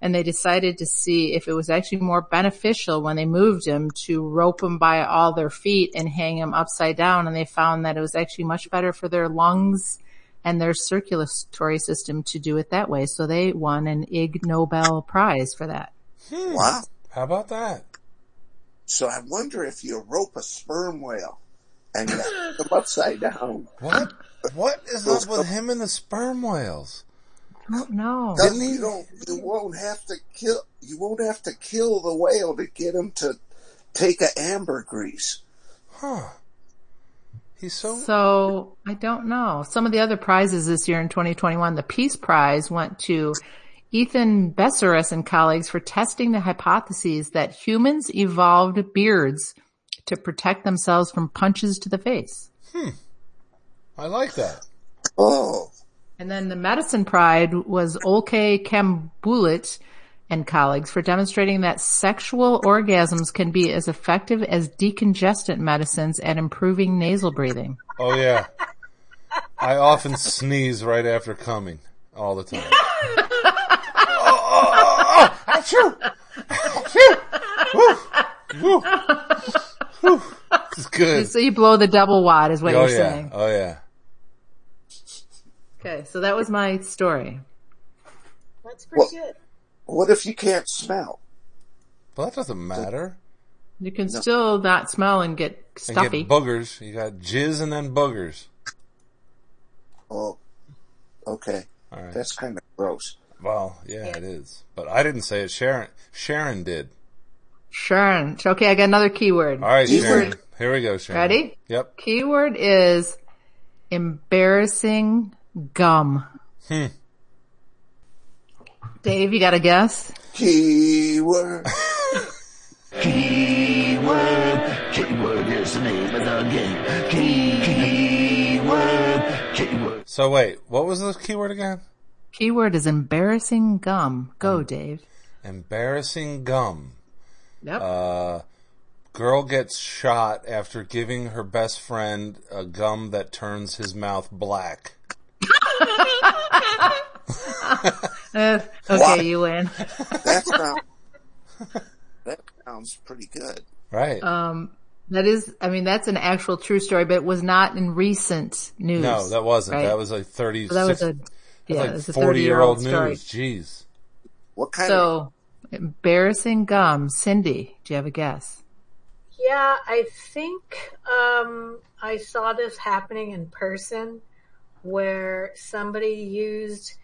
and they decided to see if it was actually more beneficial when they moved them to rope them by all their feet and hang them upside down and they found that it was actually much better for their lungs and their circulatory system to do it that way so they won an Ig Nobel prize for that
Wow.
How about that?
So I wonder if you rope a sperm whale and you hang them upside down.
What? What is up with him and the sperm whales?
no
Doesn't you don't you won't have to kill you won't have to kill the whale to get him to take a ambergris.
He's so.
So I don't know. Some of the other prizes this year in 2021, the Peace Prize went to Ethan Besseris and colleagues for testing the hypotheses that humans evolved beards to protect themselves from punches to the face.
I like that.
Oh,
And then the Medicine Pride was Olke Kambulit and colleagues for demonstrating that sexual orgasms can be as effective as decongestant medicines at improving nasal breathing.
Oh yeah. I often sneeze right after coming all the time. oh, oh, oh, oh, achoo! Achoo! Woo! Woo! Woo! This is good.
So you blow the double wad is what
Oh
you're
yeah.
saying.
Oh yeah.
Okay, so that was my story.
That's pretty
Well-
good.
What if you can't smell?
Well, that doesn't matter.
You can still not smell and get
And
stuffy.
get boogers. You got jizz and then boogers.
Oh, okay.
All right.
That's kind of gross.
Well, yeah, it is. But I didn't say it. Sharon, Sharon did.
Sharon. Okay, I got another keyword.
All right,
You
Sharon.
were-
Here we go, Sharon.
Ready?
Yep.
Keyword is embarrassing gum.
Hmm.
Dave, you got a guess?
Keyword.
Keyword, keyword is the name of the game. Key, keyword, keyword.
So wait, what was the keyword again?
Keyword is embarrassing gum.
Um,
Go, Dave.
Embarrassing gum.
Yep.
Uh, girl gets shot after giving her best friend a gum that turns his mouth black.
Uh, okay,
What?
you win.
That sounds. that sounds pretty good.
Right.
Um, that is, I mean, that's an actual true story, but it was not in recent news.
no, that wasn't.
right.
That was like 30,
So that was a,
six- that's
yeah,
like
it's a
40 year old
30-year-old
news.
story.
Jeez.
What kind of
So, embarrassing gum. Cindy, do you have a guess?
Yeah, I think um, I saw this happening in person where somebody used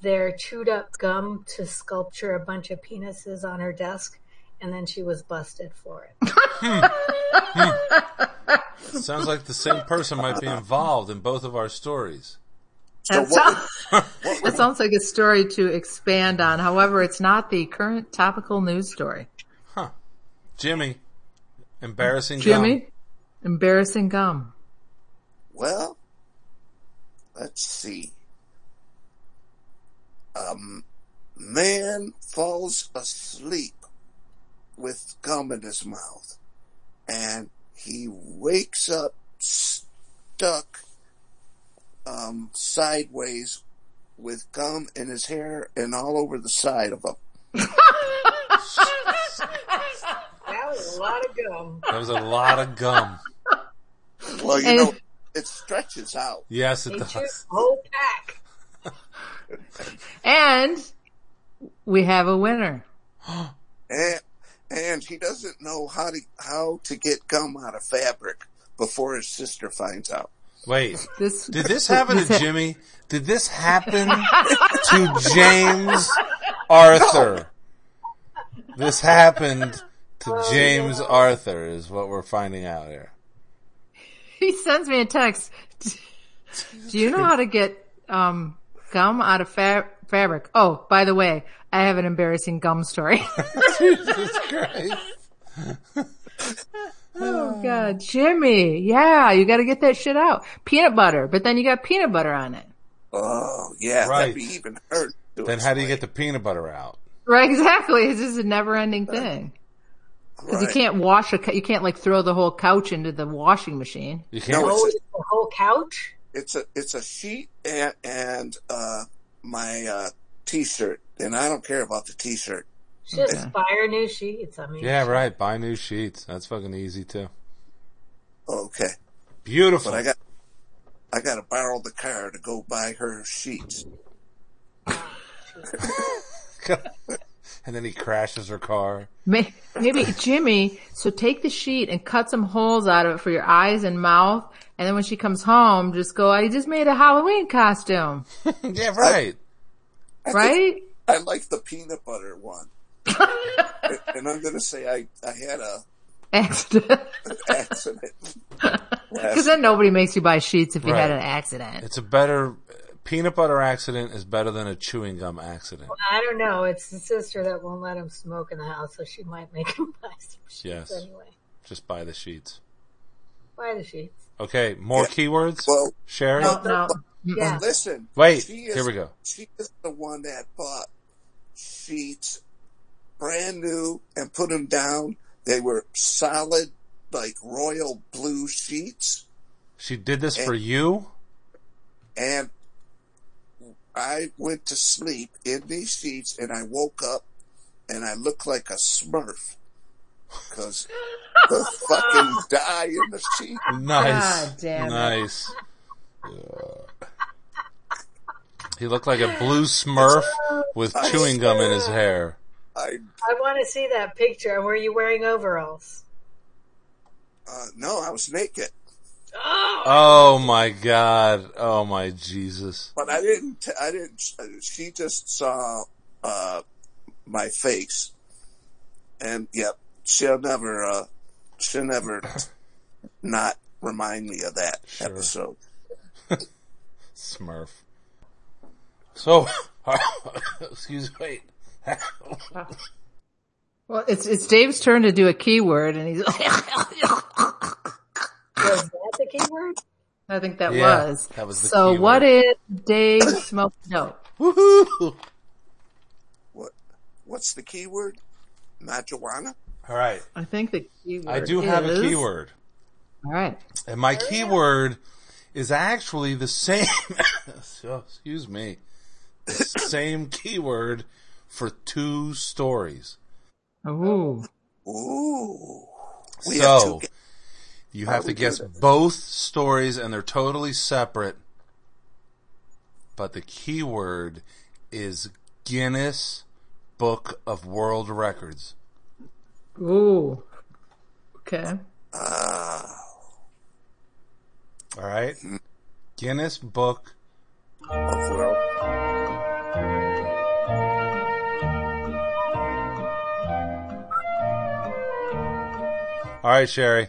their chewed up gum to sculpture a bunch of penises on her desk, and then she was busted for it.
Sounds like the same person might be involved in both of our stories.
So
That
what
sounds- that sounds like a story to expand on. However, it's not the current topical news story.
Jimmy. Embarrassing
Jimmy,
gum.
embarrassing gum.
Well, let's see. Um, man falls asleep with gum in his mouth, and he wakes up stuck um, sideways with gum in his hair and all over the side of him.
That was a lot of gum.
That was a lot of gum.
Well, you
And-
know, it stretches out.
Yes, it
They chewed
does.
a whole pack.
And we have a winner.
and and he doesn't know how to how to get gum out of fabric before his sister finds out.
Wait.
This
Did this happen to Jimmy? Did this happen to James Arthur? This happened to James Arthur is what we're finding out here.
he sends me a text. Do you know how to get um, gum out of fa- fabric? Oh, by the way, I have an embarrassing gum story.
Jesus Christ.
oh God, Jimmy, yeah, you got to get that shit out. Peanut butter, but then you got peanut butter on it,
Oh yeah,
Right.
that'd be even hurt.
Then how do you get the peanut butter out?
right? Exactly. It's just a never-ending thing because you can't wash a. cou- You can't like throw the whole couch into the washing machine.
You can't.
No,
Oh,
it's
the whole couch?
a, it's a it's a sheet and and uh, my uh, t-shirt, and I don't care about the t-shirt.
Just
Okay.
fire new sheets. I mean,
yeah, right. Buy new sheets. That's fucking easy too.
Okay,
Beautiful.
but I got I got to borrow the car to go buy her sheets.
and then he crashes her car.
May- Maybe Jimmy, so take the sheet and cut some holes out of it for your eyes and mouth. And then when she comes home, just go, I just made a Halloween costume,
yeah, right.
I think
right?
I like the peanut butter one. and I'm gonna say I, I had a
Accident.
accident.
Cause then nobody makes you buy sheets if you had
Right.
an accident.
It's a better peanut butter accident is better than a chewing gum accident.
I don't know. It's the sister that won't let him smoke in the house, so she might make him buy some sheets
Yes.
anyway.
Just buy the sheets.
Buy the sheets.
Okay, more keywords.
Well-
Sherry.
No, no.
Yeah.
Listen,
Wait,
she is,
here we go.
She is the one that bought sheets brand new and put them down. They were solid, like royal blue sheets,
She did this for you.
and I went to sleep in these sheets, and I woke up and I looked like a Smurf because the fucking dye in the sheet.
Nice,
God damn it.
nice. He looked like a blue smurf with chewing gum in his hair.
I
I want to see that picture. Were you wearing overalls?
uh, no, I was naked,
Oh,
Oh my god. Oh my Jesus.
but I didn't. T- I didn't. She just saw uh, my face, and yep, she'll never. Uh, she'll never not remind me of that
Sure.
episode.
Smurf. So, excuse me.
Well, it's it's Dave's turn to do a keyword, and he's.
was that the keyword?
I think that
Yeah,
was.
that was the
so.
keyword.
What is Dave smoke? No,
Woohoo!
What? What's the key word? Marijuana.
Alright.
I think the keyword.
I do have a
is-
keyword.
All right.
And
Oh,
my keyword is actually the same. so, excuse me. The same keyword for two stories.
Ooh.
Ooh. We have
so
two
you have to guess both stories, and they're totally separate. But the keyword is Guinness Book of World Records.
Ooh. Okay.
All right,
Mm-hmm.
Guinness Book
of world.
All right, Sherry.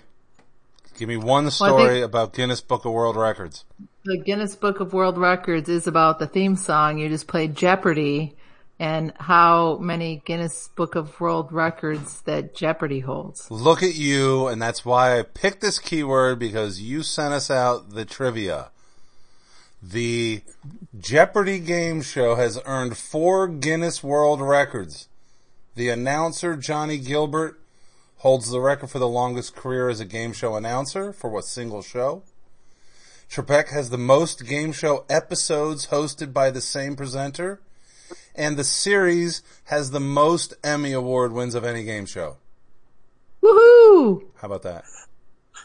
Give me one
Well, I
story
think-
about Guinness Book of World Records.
The Guinness Book of World Records is about the theme song you just played, Jeopardy, and how many Guinness Book of World Records that Jeopardy holds.
Look at you, and that's why I picked this keyword because you sent us out the trivia. The Jeopardy game show has earned four Guinness World Records. The announcer, Johnny Gilbert, holds the record for the longest career as a game show announcer for what single show. Trebek has the most game show episodes hosted by the same presenter. And the series has the most Emmy Award wins of any game show.
Woohoo!
How about that?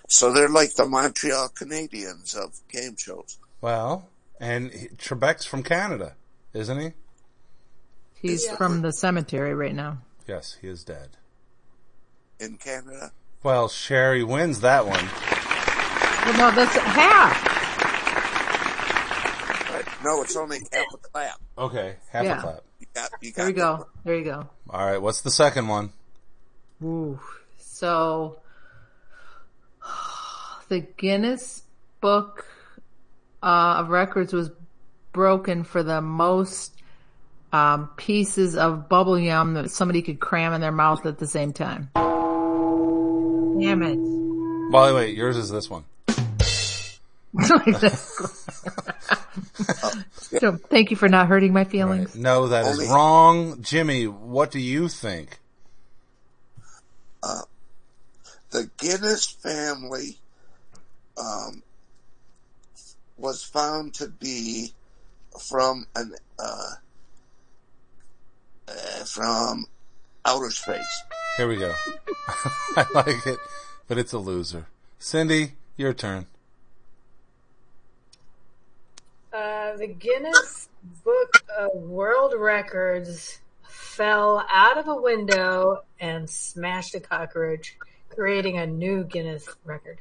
So they're like the Montreal Canadiens of game shows.
Well, and he- Trebek's from Canada, isn't he?
He's from the cemetery right now.
Yes, he is dead.
in Canada.
Well, Sherry wins that one.
Well, no, that's half.
Right? No, it's only half a clap.
Okay, half
Yeah.
a clap.
You got, you got
There you
that
go. There you go.
All right, what's the second one?
Ooh. So the Guinness Book uh, of Records was broken for the most um, pieces of bubble gum that somebody could cram in their mouth at the same time. Damn it.
By the way, yours is this one.
so, thank you for not hurting my feelings.
Right. No, that is
Only-
wrong. Jimmy, what do you think?
The Guinness family um, was found to be from an uh, uh, from outer space.
Here we go. I like it, but it's a loser. Cindy, your turn.
Uh, the Guinness Book of World Records fell out of a window and smashed a cockroach, creating a new Guinness record.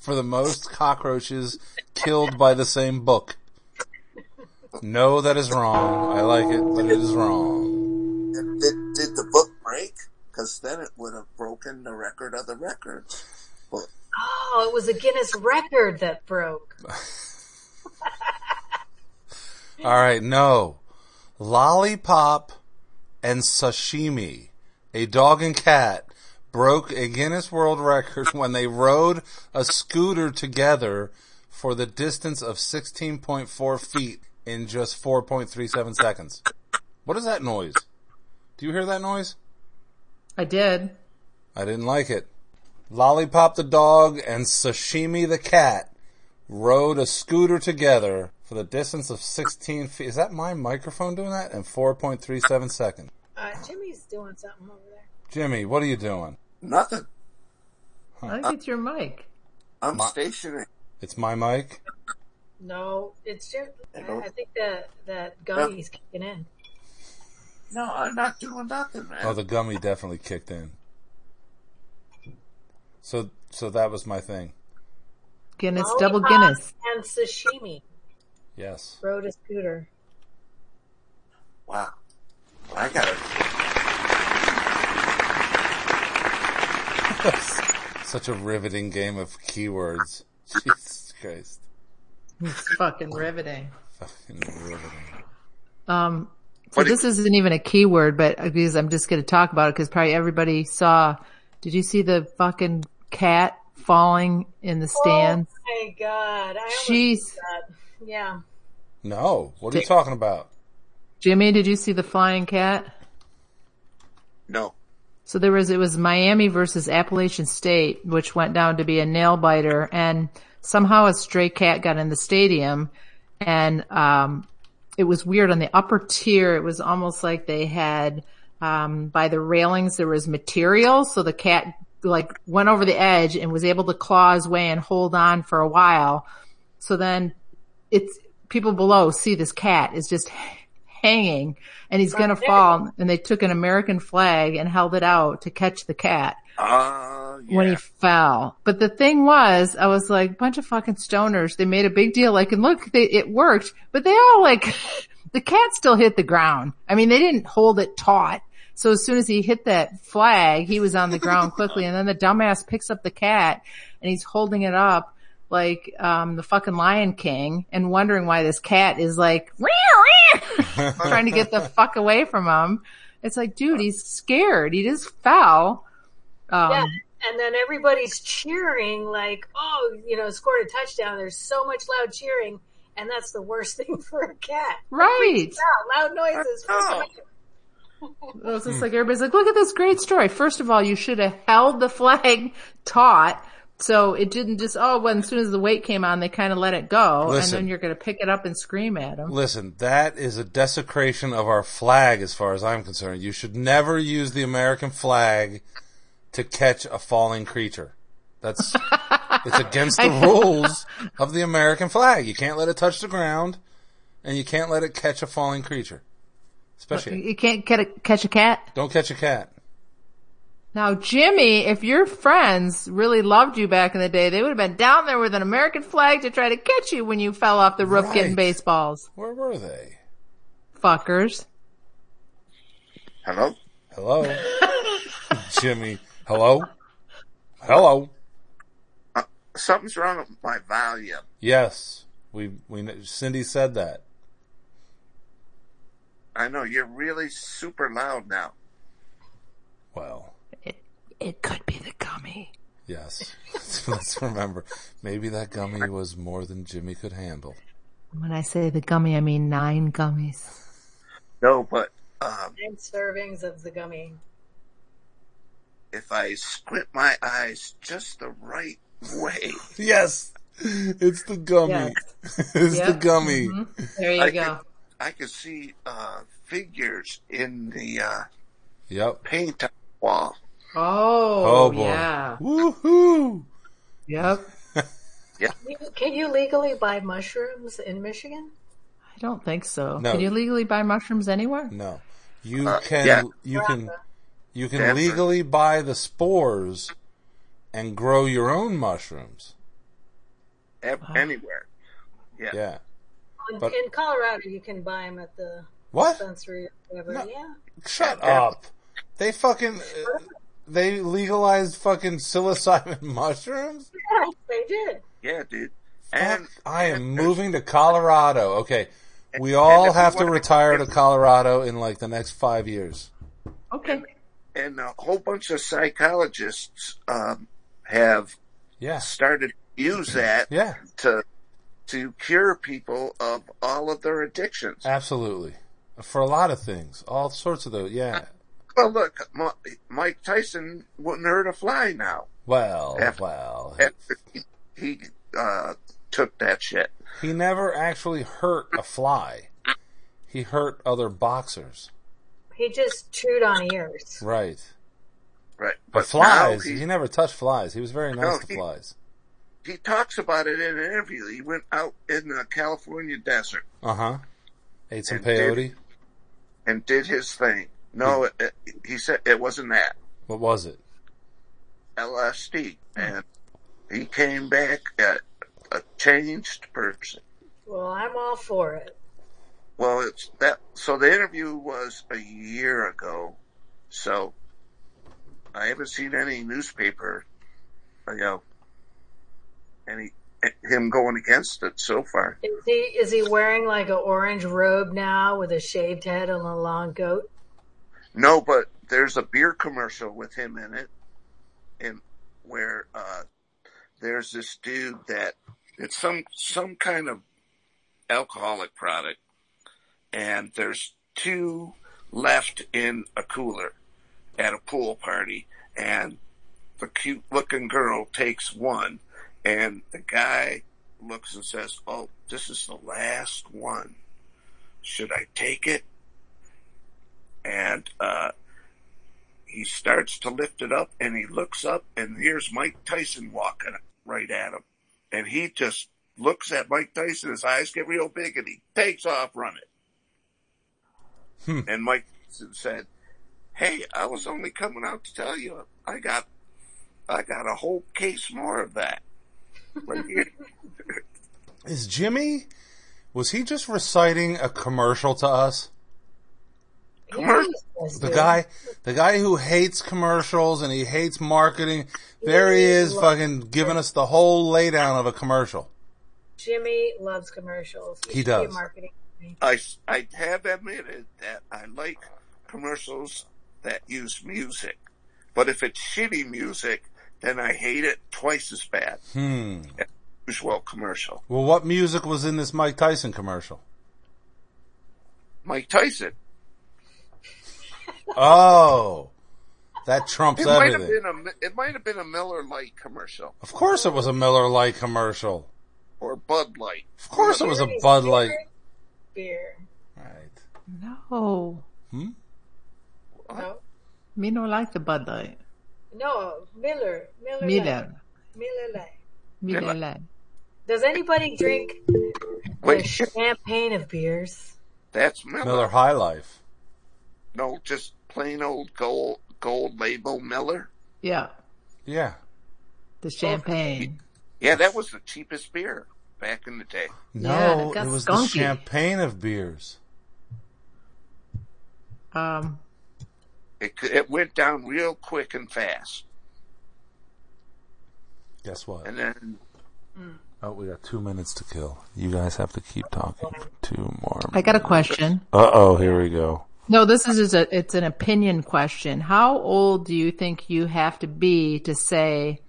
For the most cockroaches killed by the same book. No, that is wrong. I like it, but it is wrong.
And did, did the book break? Because then it would have broken the record of the records. But
Oh, it was a Guinness record that broke.
All right, no. Lollipop and Sashimi, a dog and cat, broke a Guinness World Record when they rode a scooter together for the distance of 16.4 feet in just 4.37 seconds. What is that noise? Do you hear that noise?
I did.
I didn't like it. Lollipop the dog and Sashimi the cat rode a scooter together for the distance of 16 feet. Is that my microphone doing that? In 4.37 seconds.
Uh, Jimmy's doing something over there.
Jimmy, what are you doing?
nothing.
I think it's your mic.
I'm stationary.
It's my mic.
No, it's just. I, I think that that gummies kicking in.
No, I'm not doing nothing, man.
Oh, the gummy definitely kicked in. So, so that was my thing.
Guinness, double Guinness.
and sashimi.
Yes.
Rode a scooter.
Wow. I got it.
Such a riveting game of keywords. Jesus Christ.
It's fucking riveting.
Fucking riveting.
Um, so this isn't even a keyword, but because I'm just going to talk about it because probably everybody saw. Did you see the fucking cat falling in the stands?
Oh my god! I almost
Jeez.
did that. Yeah.
No, what are you talking about?
Jimmy, did you see the flying cat?
No.
So there was, it was Miami versus Appalachian State, which went down to be a nail biter and somehow a stray cat got in the stadium and, um, it was weird on the upper tier. It was almost like they had, um, by the railings, there was material. So the cat like went over the edge and was able to claw his way and hold on for a while. So then it's people below see this cat is just hanging and he's going to fall. And they took an American flag and held it out to catch the cat
Uh, yeah.
when he fell. But the thing was, I was like, bunch of fucking stoners. They made a big deal. Like, and look, they, it worked, but they all like, the cat still hit the ground. I mean, they didn't hold it taut. So as soon as he hit that flag, he was on the ground quickly. And then the dumbass picks up the cat and he's holding it up like, um, the fucking Lion King and wondering why this cat is like, "Meow, meow," trying to get the fuck away from him. It's like, dude, he's scared. He just fell. Um,
Yeah. And then everybody's cheering like, oh, you know, scored a touchdown. There's so much loud cheering. And that's the worst thing for a cat.
Right.
Yeah, loud noises.
Oh.
It was just like everybody's like, look at this great story. First of all, you should have held the flag taut. So it didn't just, oh, when as soon as the weight came on, they kind of let it go.
Listen.
and then you're going to pick it up and scream at them.
Listen, that is a desecration of our flag as far as I'm concerned. You should never use the American flag to catch a falling creature. That's, it's against the rules of the American flag. You can't let it touch the ground and you can't let it catch a falling creature. Especially,
You can't get a, catch a cat.
don't catch a cat.
Now, Jimmy, if your friends really loved you back in the day, they would have been down there with an American flag to try to catch you when you fell off the roof
Right.
getting baseballs.
Where were they?
Fuckers.
Hello?
Hello? Jimmy. Hello? Hello?
Uh,
Something's wrong with my volume.
Yes. We, we, Cindy said that.
I know, you're really super loud now.
Well.
It, it could be the gummy.
Yes. Let's remember. Maybe that gummy was more than Jimmy could handle.
When I say the gummy, I mean nine gummies.
No, but um,
Nine servings of the gummy.
if I squint my eyes just the right way,
Yes. It's the gummy. it's the
Yep. Mm-hmm.
gummy.
There you
I
go.
could- I could see uh, figures in the uh,
Yep.
paint on the wall.
Oh,
Oh boy.
yeah.
Woohoo.
Yep.
You- Can you legally buy mushrooms in Michigan?
I don't think so.
No.
Can you legally buy mushrooms anywhere?
No. You
Uh,
can
yeah.
you can you can
Denver.
legally buy the spores and grow your own mushrooms.
Ev- e-, Anywhere.
Yeah.
In,
But-
in Colorado, you can buy them at the
What?
dispensary or whatever.
No.
Yeah.
Shut up. They fucking uh, they legalized fucking psilocybin mushrooms?
Yes, they did.
Yeah, dude.
Fuck,
And
I am
and-
moving to Colorado. Okay. We
and
all
if you
have to
wanna-
retire to Colorado in like the next five years.
Okay.
and a whole bunch of psychologists um, have
Yeah.
started to use that
Yeah.
to to cure people of all of their addictions.
Absolutely. For a lot of things. All sorts of those. Yeah.
Well, look, Mi- Mike Tyson wouldn't hurt a fly now
Well,
Ab-
well.
after he, he uh, took that shit.
He never actually hurt a fly. He hurt other boxers.
He just chewed on ears.
Right.
Right,
But
now
flies,
he-
he never touched flies. He was very nice
No,
to
he-
flies.
he talks about it in an interview. He went out in the California desert
Uh huh. Ate some
And did-
peyote.
and did his thing. No, it, it, he said it wasn't that
What was it?
LSD, and he came back a, a changed person.
Well, I'm all for it.
Well, it's that. So the interview was a year ago. So I haven't seen any newspaper, you know, any him going against it so far.
Is he is he wearing like an orange robe now with a shaved head and a long goat?
No, but there's a beer commercial with him in it, and where uh, there's this dude that it's some some kind of alcoholic product, and there's two left in a cooler at a pool party, and the cute looking girl takes one, and the guy looks and says, "Oh, this is the last one. Should I take it?" and uh, he starts to lift it up and he looks up and here's Mike Tyson walking right at him. And he just looks at Mike Tyson, his eyes get real big and he takes off running. And Mike Tyson said, Hey, I was only coming out to tell you I got I got a whole case more of that. Right here.
Is Jimmy? Was he just reciting a commercial to us?
He
Commer-
always
The
does.
guy, the guy who hates commercials and he hates marketing. There he is, fucking giving us the whole laydown of a commercial.
Jimmy loves commercials.
He
should be a
does.
marketing. company.
I, I have admitted that I like commercials that use music, but if it's shitty music, then I hate it twice as bad.
Hmm.
as the Usual commercial.
Well, what music was in this Mike Tyson commercial?
Mike Tyson.
Oh, that trumps
It might have
everything.
been a Mi- it might have been a Miller Lite commercial
Of course, it was a Miller Lite commercial.
or Bud Light.
Of course, it was a
Jerry's
Bud Light.
favorite beer.
Right.
No.
Hmm.
No,
Me no like the Bud Light.
no, Miller, Miller,
Me
Lite.
then.
Miller Lite.
Me
Yeah,
then. like.
Does anybody drink the
Wait.
champagne of beers?
That's Miller.
Oh. Miller High Life.
No, just plain old gold gold label Miller.
Yeah.
Yeah.
The champagne.
Yeah, that was the cheapest beer back in the day.
Yeah,
No,
it got
it was the
skunky.
champagne of beers.
Um,
It c- it went down real quick and fast,
Guess what?
and then
Oh, we got two minutes to kill. You guys have to keep talking for two more.
I got a question.
Uh oh, here we go.
No, this is just a, it's an opinion question. How old do you think you have to be to say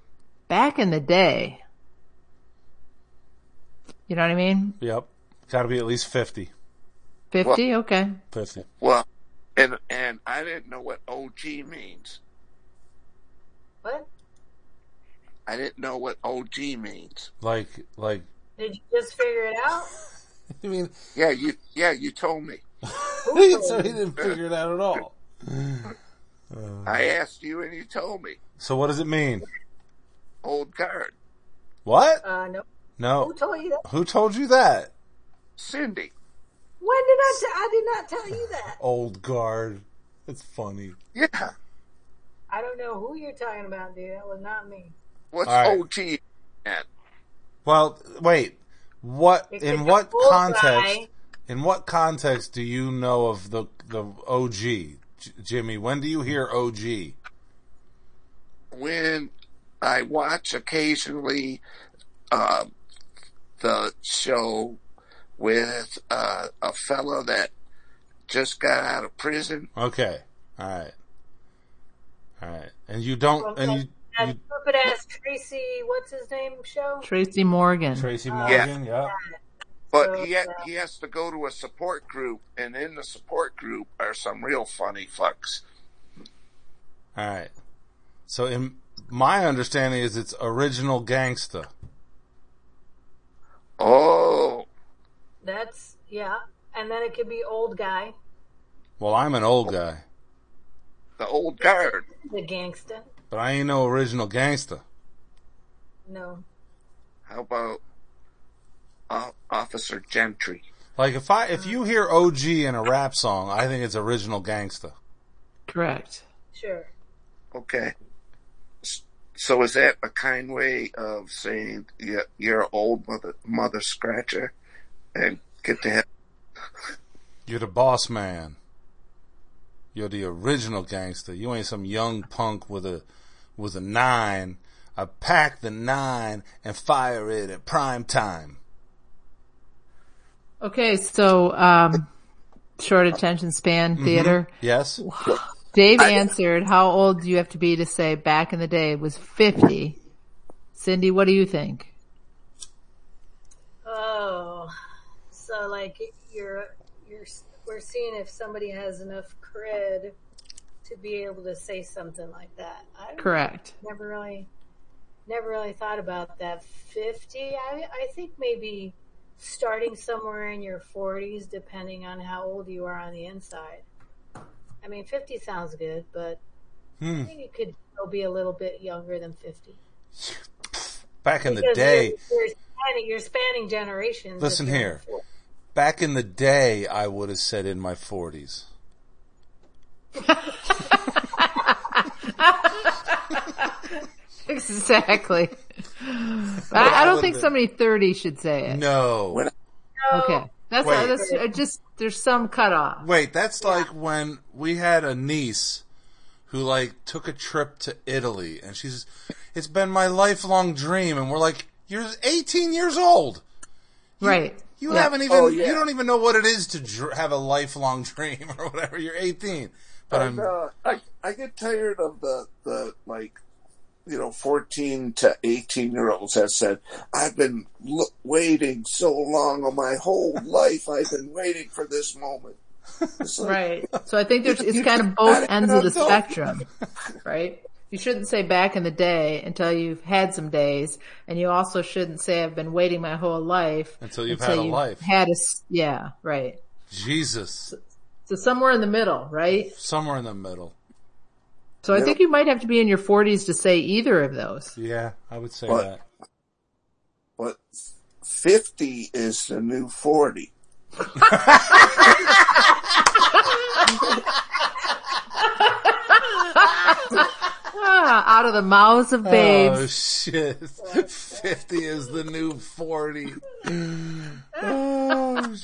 back in the day? You know what I mean?
Yep. Got to be at least 50.
50? Okay.
50.
Well, and and I didn't know what OG means.
What?
I didn't know what OG means.
Like, like,
Did you just figure it out?
I mean,
Yeah, you yeah you told me.
so he didn't figure it out at all.
I asked you and you told me.
So what does it mean?
Old guard,
What?
Uh, no.
No.
Who told you that?
Who told you that?
Cindy.
When did I? T- I did not tell you that.
Old guard. It's funny.
Yeah.
I don't know who you're talking about, dude. That was not me.
What's
All right.
OG? At?
Well, wait. What,
It's
in
like a
what
bullseye.
context, in what context do you know of the, the OG, J- Jimmy? When do you hear OG?
When I watch occasionally uh, the show with uh, a fellow that just got out of prison,
Okay. All right. All right. And you don't, and you,
That
you
stupid ass Tracy, what's his name? Show.
Tracy Morgan.
uh,
Tracy Morgan, yeah.
but
So,
he, had,
uh,
he has to go to a support group, and in the support group are some real funny fucks.
All right. So in my understanding is it's original gangsta.
Oh,
That's yeah. And then it could be old guy,
Well, I'm an old guy,
the old guard.
the gangsta.
but I ain't no original gangsta.
No.
How about uh, Officer Gentry?
Like if I if you hear OG in a rap song, I think it's original gangsta.
Correct.
Sure.
Okay. S- So is that a kind way of saying you're, you're an old mother mother scratcher and get to have
You're the boss man. You're the original gangster. You ain't some young punk with a with a nine. I pack the nine and fire it at prime time.
Okay, so um, short attention
Mm-hmm.
span theater.
Yes.
Dave answered, "How old do you have to be to say back in the day was 50?" Cindy, what do you think?
Oh, so like you're you're we're seeing if somebody has enough cred to be able to say something like that. I don't-
Correct.
Never really, never really thought about that. Fifty. I I think maybe starting somewhere in your forties, depending on how old you are on the inside. I mean, fifty sounds good, but I think you could still be a little bit younger than fifty.
Back in the
Because
day,
You're, you're spanning, you're spanning generations. if
Listen
you're
here.
40.
back in the day, I would have said in my forties.
Exactly. I, I don't think
wouldn't-
somebody 30 should say it.
No.
when
Okay. That's,
Wait.
that's uh, just, there's some cutoff.
Wait, that's like when we had a niece who like took a trip to Italy and she's it's been my lifelong dream and we're like you're 18 years old.
right.
You
Yeah.
haven't even
Oh, yeah.
you don't even know what it is to dr- have a lifelong dream or whatever. You're 18. But
And,
I'm
uh, I I get tired of the the like you know 14 to 18 year olds that said I've been lo- waiting so long on my whole life I've been waiting for this moment. It's like,
Right. So I think there's, it's kind of both ends of the spectrum, right? You shouldn't say back in the day until you've had some days, and you also shouldn't say I've been waiting my whole life
Until you've had a life.
Had a s- yeah, right.
Jesus,
So somewhere in the middle, right?
somewhere in the middle.
So I think you might have to be in your 40s to say either of those.
Yeah, I would say
What?
that.
But 50 is the new 40.
Ah, out of the mouths of babes.
Oh shit. 50 is the new 40. oh shit. I love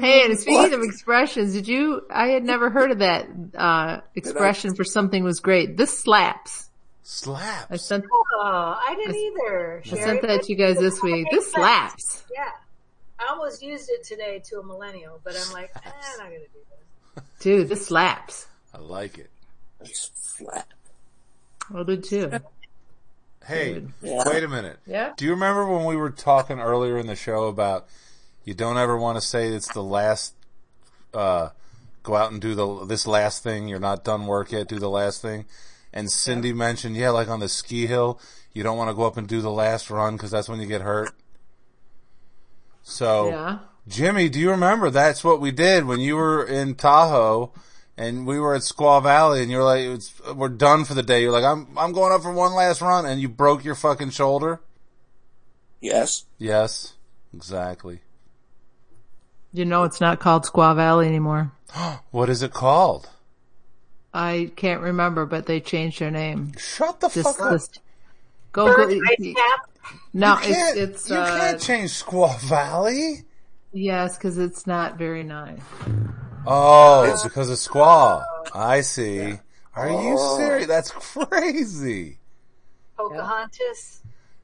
Hey, and speaking of expressions, did you? I had never heard of that uh, expression for something was great. This slaps. I
Slaps.
sent
Oh, I didn't either.
I
Sherry,
sent that to you guys this week. This slaps.
Yeah. I almost used it today to a millennial, but I'm like, eh, I'm not going to do that.
Dude, this slaps.
I like it.
It's flat.
I'll do too.
Hey, wait a minute.
Yeah.
Do you remember when we were talking earlier in the show about you don't ever want to say it's the last uh go out and do the this last thing, you're not done work yet, do the last thing. And Cindy mentioned, yeah, like on the ski hill, you don't want to go up and do the last run cuz that's when you get hurt. So
Yeah.
Jimmy, do you remember that's what we did when you were in Tahoe and we were at Squaw Valley and you were like, it's, we're done for the day. You're like, I'm, I'm going up for one last run and you broke your fucking shoulder.
Yes.
Yes, exactly.
You know it's not called Squaw Valley anymore.
What is it called?
I can't remember, but they changed their name.
Shut the
Just
fuck up.
list. Go, go.
Ice cap.
No,
You can't,
it's, it's,
you
uh,
can't change Squaw Valley.
yes, cause it's not very nice.
Oh, because of Squaw. I see. Are
Oh.
you serious? That's crazy.
Pocahontas.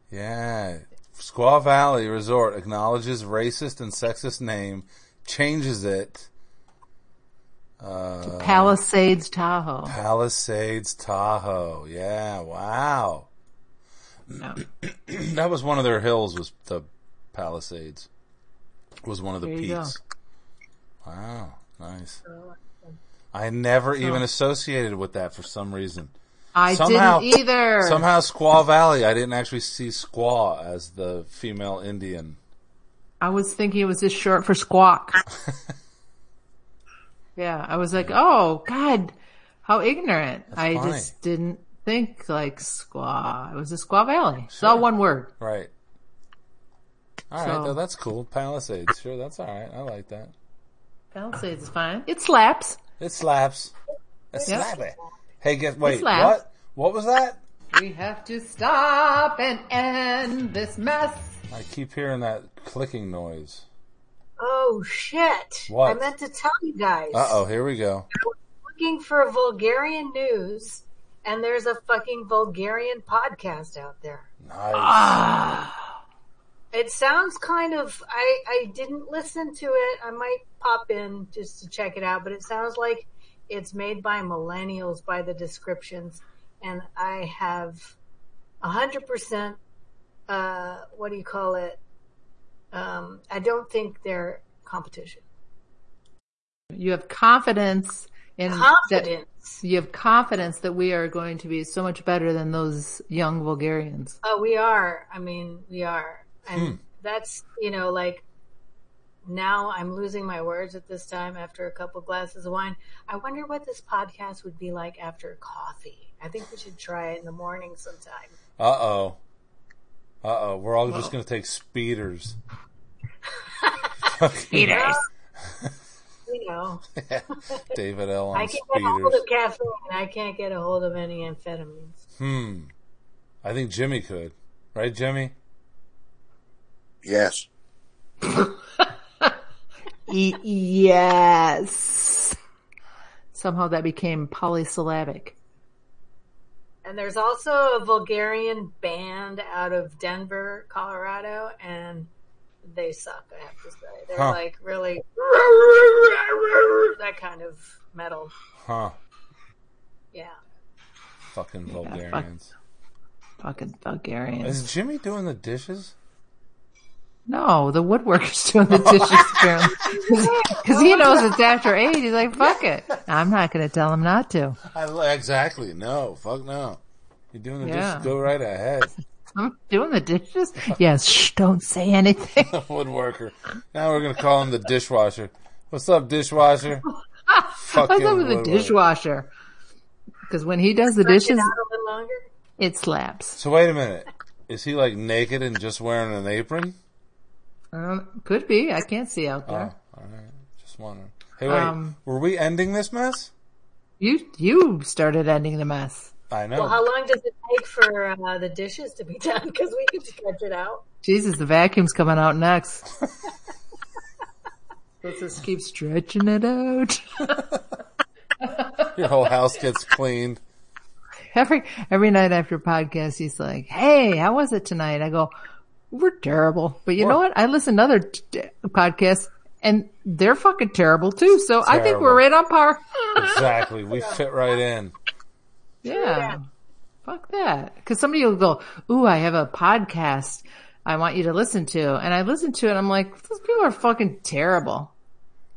Yeah. Squaw Valley Resort acknowledges racist and sexist name, changes it. Uh,
Palisades Tahoe.
Palisades Tahoe. Yeah. Wow.
No.
that was one of their hills was the Palisades. Was one of the
There you go.
peaks. Wow. Nice. I never even associated with that for some reason.
I
Somehow-
didn't either.
Somehow Squaw Valley, I didn't actually see Squaw as the female Indian.
I was thinking it was just short for squawk. yeah, I was like, oh god, how ignorant. I
funny.
just didn't think like squaw. It was a squaw valley. It's all one word.
Right. All right,
So-
though, that's cool. Palisades, sure, that's all right. I like that.
Palisades is fine. It slaps.
It slaps. It
Yep.
slaps. Hey, guess wait,
slaps.
what? What was that?
We have to stop and end this mess.
I keep hearing that clicking noise.
Oh shit!
What?
I meant to tell you guys.
Uh oh, here we go.
Looking for Bulgarian news, and there's a fucking Bulgarian podcast out there.
Nice.
It sounds kind of. I I didn't listen to it. I might pop in just to check it out, but it sounds like it's made by millennials by the descriptions, and I have a hundred percent. Uh, what do you call it? Um, I don't think they're competition.
You have confidence in
Confidence.
That, you have confidence that we are going to be so much better than those young Bulgarians.
Oh, we are. I mean, we are. And that's, you know, like now I'm losing my words at this time after a couple glasses of wine. I wonder what this podcast would be like after coffee. I think we should try it in the morning sometime.
Uh oh. Uh oh. We're all just gonna take speeders. speeders.
You know,
David L
I
on
can get a hold
speeders.
of caffeine. I can't get a hold of any amphetamines.
Hmm. I think Jimmy could. Right, Jimmy?
Yes.
E- yes. Somehow that became polysyllabic.
And there's also a Bulgarian band out of Denver, Colorado, and they suck, I have to say. They're
Huh.
like really that kind of metal.
Huh.
Yeah.
Fucking Bulgarians.
Fucking Bulgarians.
Is Jimmy doing the dishes?
No, the woodworker's doing the dishes apparently. Because he knows it's after eight. He's like, fuck it. I'm not going to tell him not to.
I, li- exactly. No. Fuck no. You're doing the
Yeah.
dishes. Go right ahead.
I'm doing the dishes. Yes, shh, don't say anything.
Woodworker. Now we're gonna call him the dishwasher. What's up, dishwasher?
What's up with the
woodworker.
dishwasher? Because when he does the
Stretch it
dishes,
out a little longer.
it slaps.
So wait a minute. Is he like naked and just wearing an apron?
Um, could be. I can't see out there.
All right. Just wondering. Hey, wait.
Um,
were we ending this mess?
You you started ending the mess.
I know.
Well, how long does it take for uh, the dishes to be done? Because we can stretch it out.
Jesus, the vacuum's coming out next. Let's just keep stretching it out.
Your whole house gets cleaned.
Every every night after podcast, he's like, "Hey, how was it tonight?" I go, "We're terrible," but you know what? I listen to other t- t- podcasts, and they're fucking terrible too. So I think
Terrible.
we're right on par.
Exactly. We fit right in.
Yeah. Fuck that. Cause somebody will go, ooh, I have a podcast I want you to listen to. And I listen to it and I'm like, those people are fucking terrible.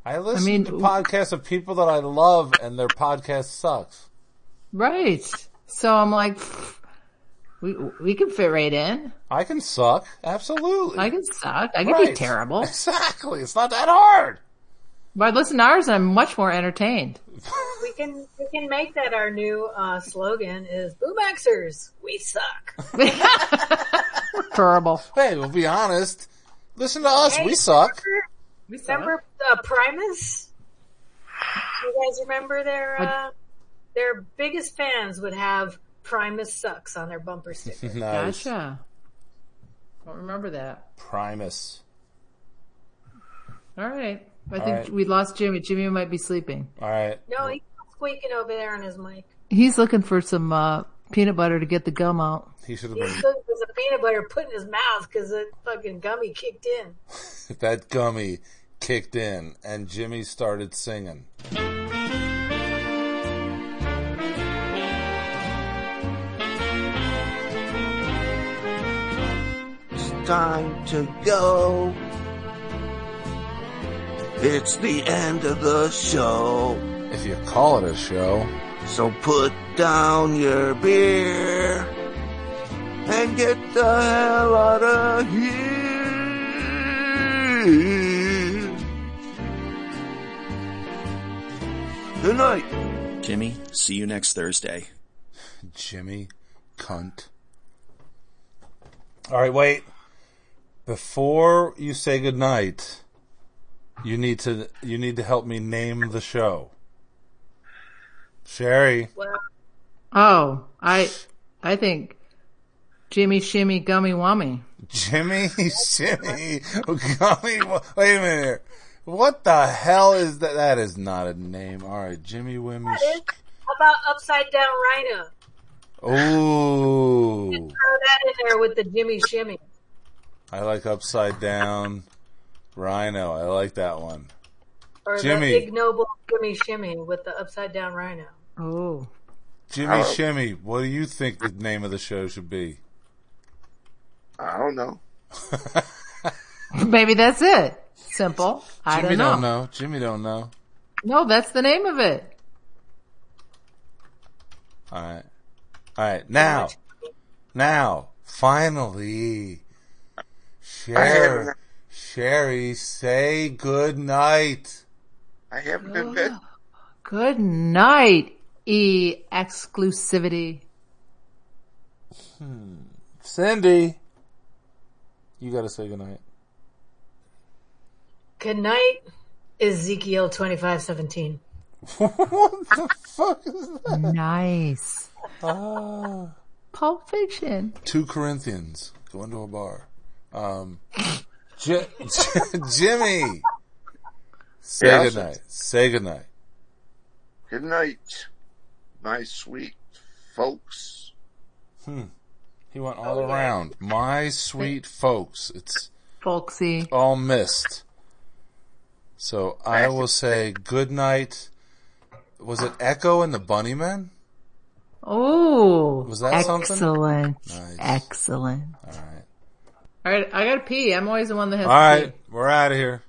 I listen
mean,
to podcasts of people that I love and their podcast sucks.
Right. So I'm like, pff, we, we can fit right in.
I can suck. Absolutely.
I can suck. I can be
Right.
terrible.
Exactly. It's not that hard.
But I listen to ours and I'm much more entertained.
We can we can make that our new uh, slogan is Boomaxers, we suck.
Terrible.
Hey, we'll be honest. Listen to us. We suck.
Remember uh, Primus? You guys remember their uh, their biggest fans would have Primus sucks on their bumper sticker.
Nice.
Gotcha. Don't remember that.
Primus.
All right. I think
right.
we lost Jimmy. Jimmy might be sleeping.
All right.
no, he's squeaking over there on his mic.
He's looking for some, uh, peanut butter to get the gum out.
He should have
He
been
stood with a peanut butter put in his mouth because the fucking gummy kicked in.
that gummy kicked in and Jimmy started singing.
It's time to go.
It's the end of the show.
If you call it a show,
So put down your beer and get the hell out of here. Good night.
Jimmy, see you next Thursday.
Jimmy cunt. All right, wait. Before you say goodnight, you need to you need to help me name the show. Sherry.
Well,
Oh, I I think Jimmy Shimmy Gummy Wummy.
Jimmy, Jimmy, Gummy. Wait a minute. What the hell is that? That is not a name. All right, Jimmy Wimmy.
that is- how about upside down rhino?
Ooh,
Throw that in there with the Jimmy Shimmy.
I like upside down rhino. I like that one.
Or
Jimmy.
the ignoble Jimmy Shimmy with the upside down rhino.
Oh,
Jimmy Shimmy, what do you think the name of the show should be?
I don't know.
maybe that's it. Simple. I
Jimmy
don't know.
don't know. Jimmy don't know.
No, that's the name of it.
All right. All right. Now, now, finally, Sherry,
haven't-
Sherry, say good night.
I haven't been bit.
Good night, E exclusivity.
Cindy, you gotta say good night.
Good night, Ezekiel twenty five seventeen.
what the fuck is that?
Nice.
Ah.
Pulp Fiction.
Two Corinthians going to a bar. Um, J- J- Jimmy, say
Yeah.
good night. Say good night.
Good night, my sweet folks.
He went all around. My sweet folks. It's
Folksy.
all missed. So I will say good night. Was it Echo and the Bunnymen?
Oh,
Was that something?
excellent.
Nice.
Excellent.
All right.
All right, I gotta pee. I'm always the one that has
All
to pee.
right. We're out of here.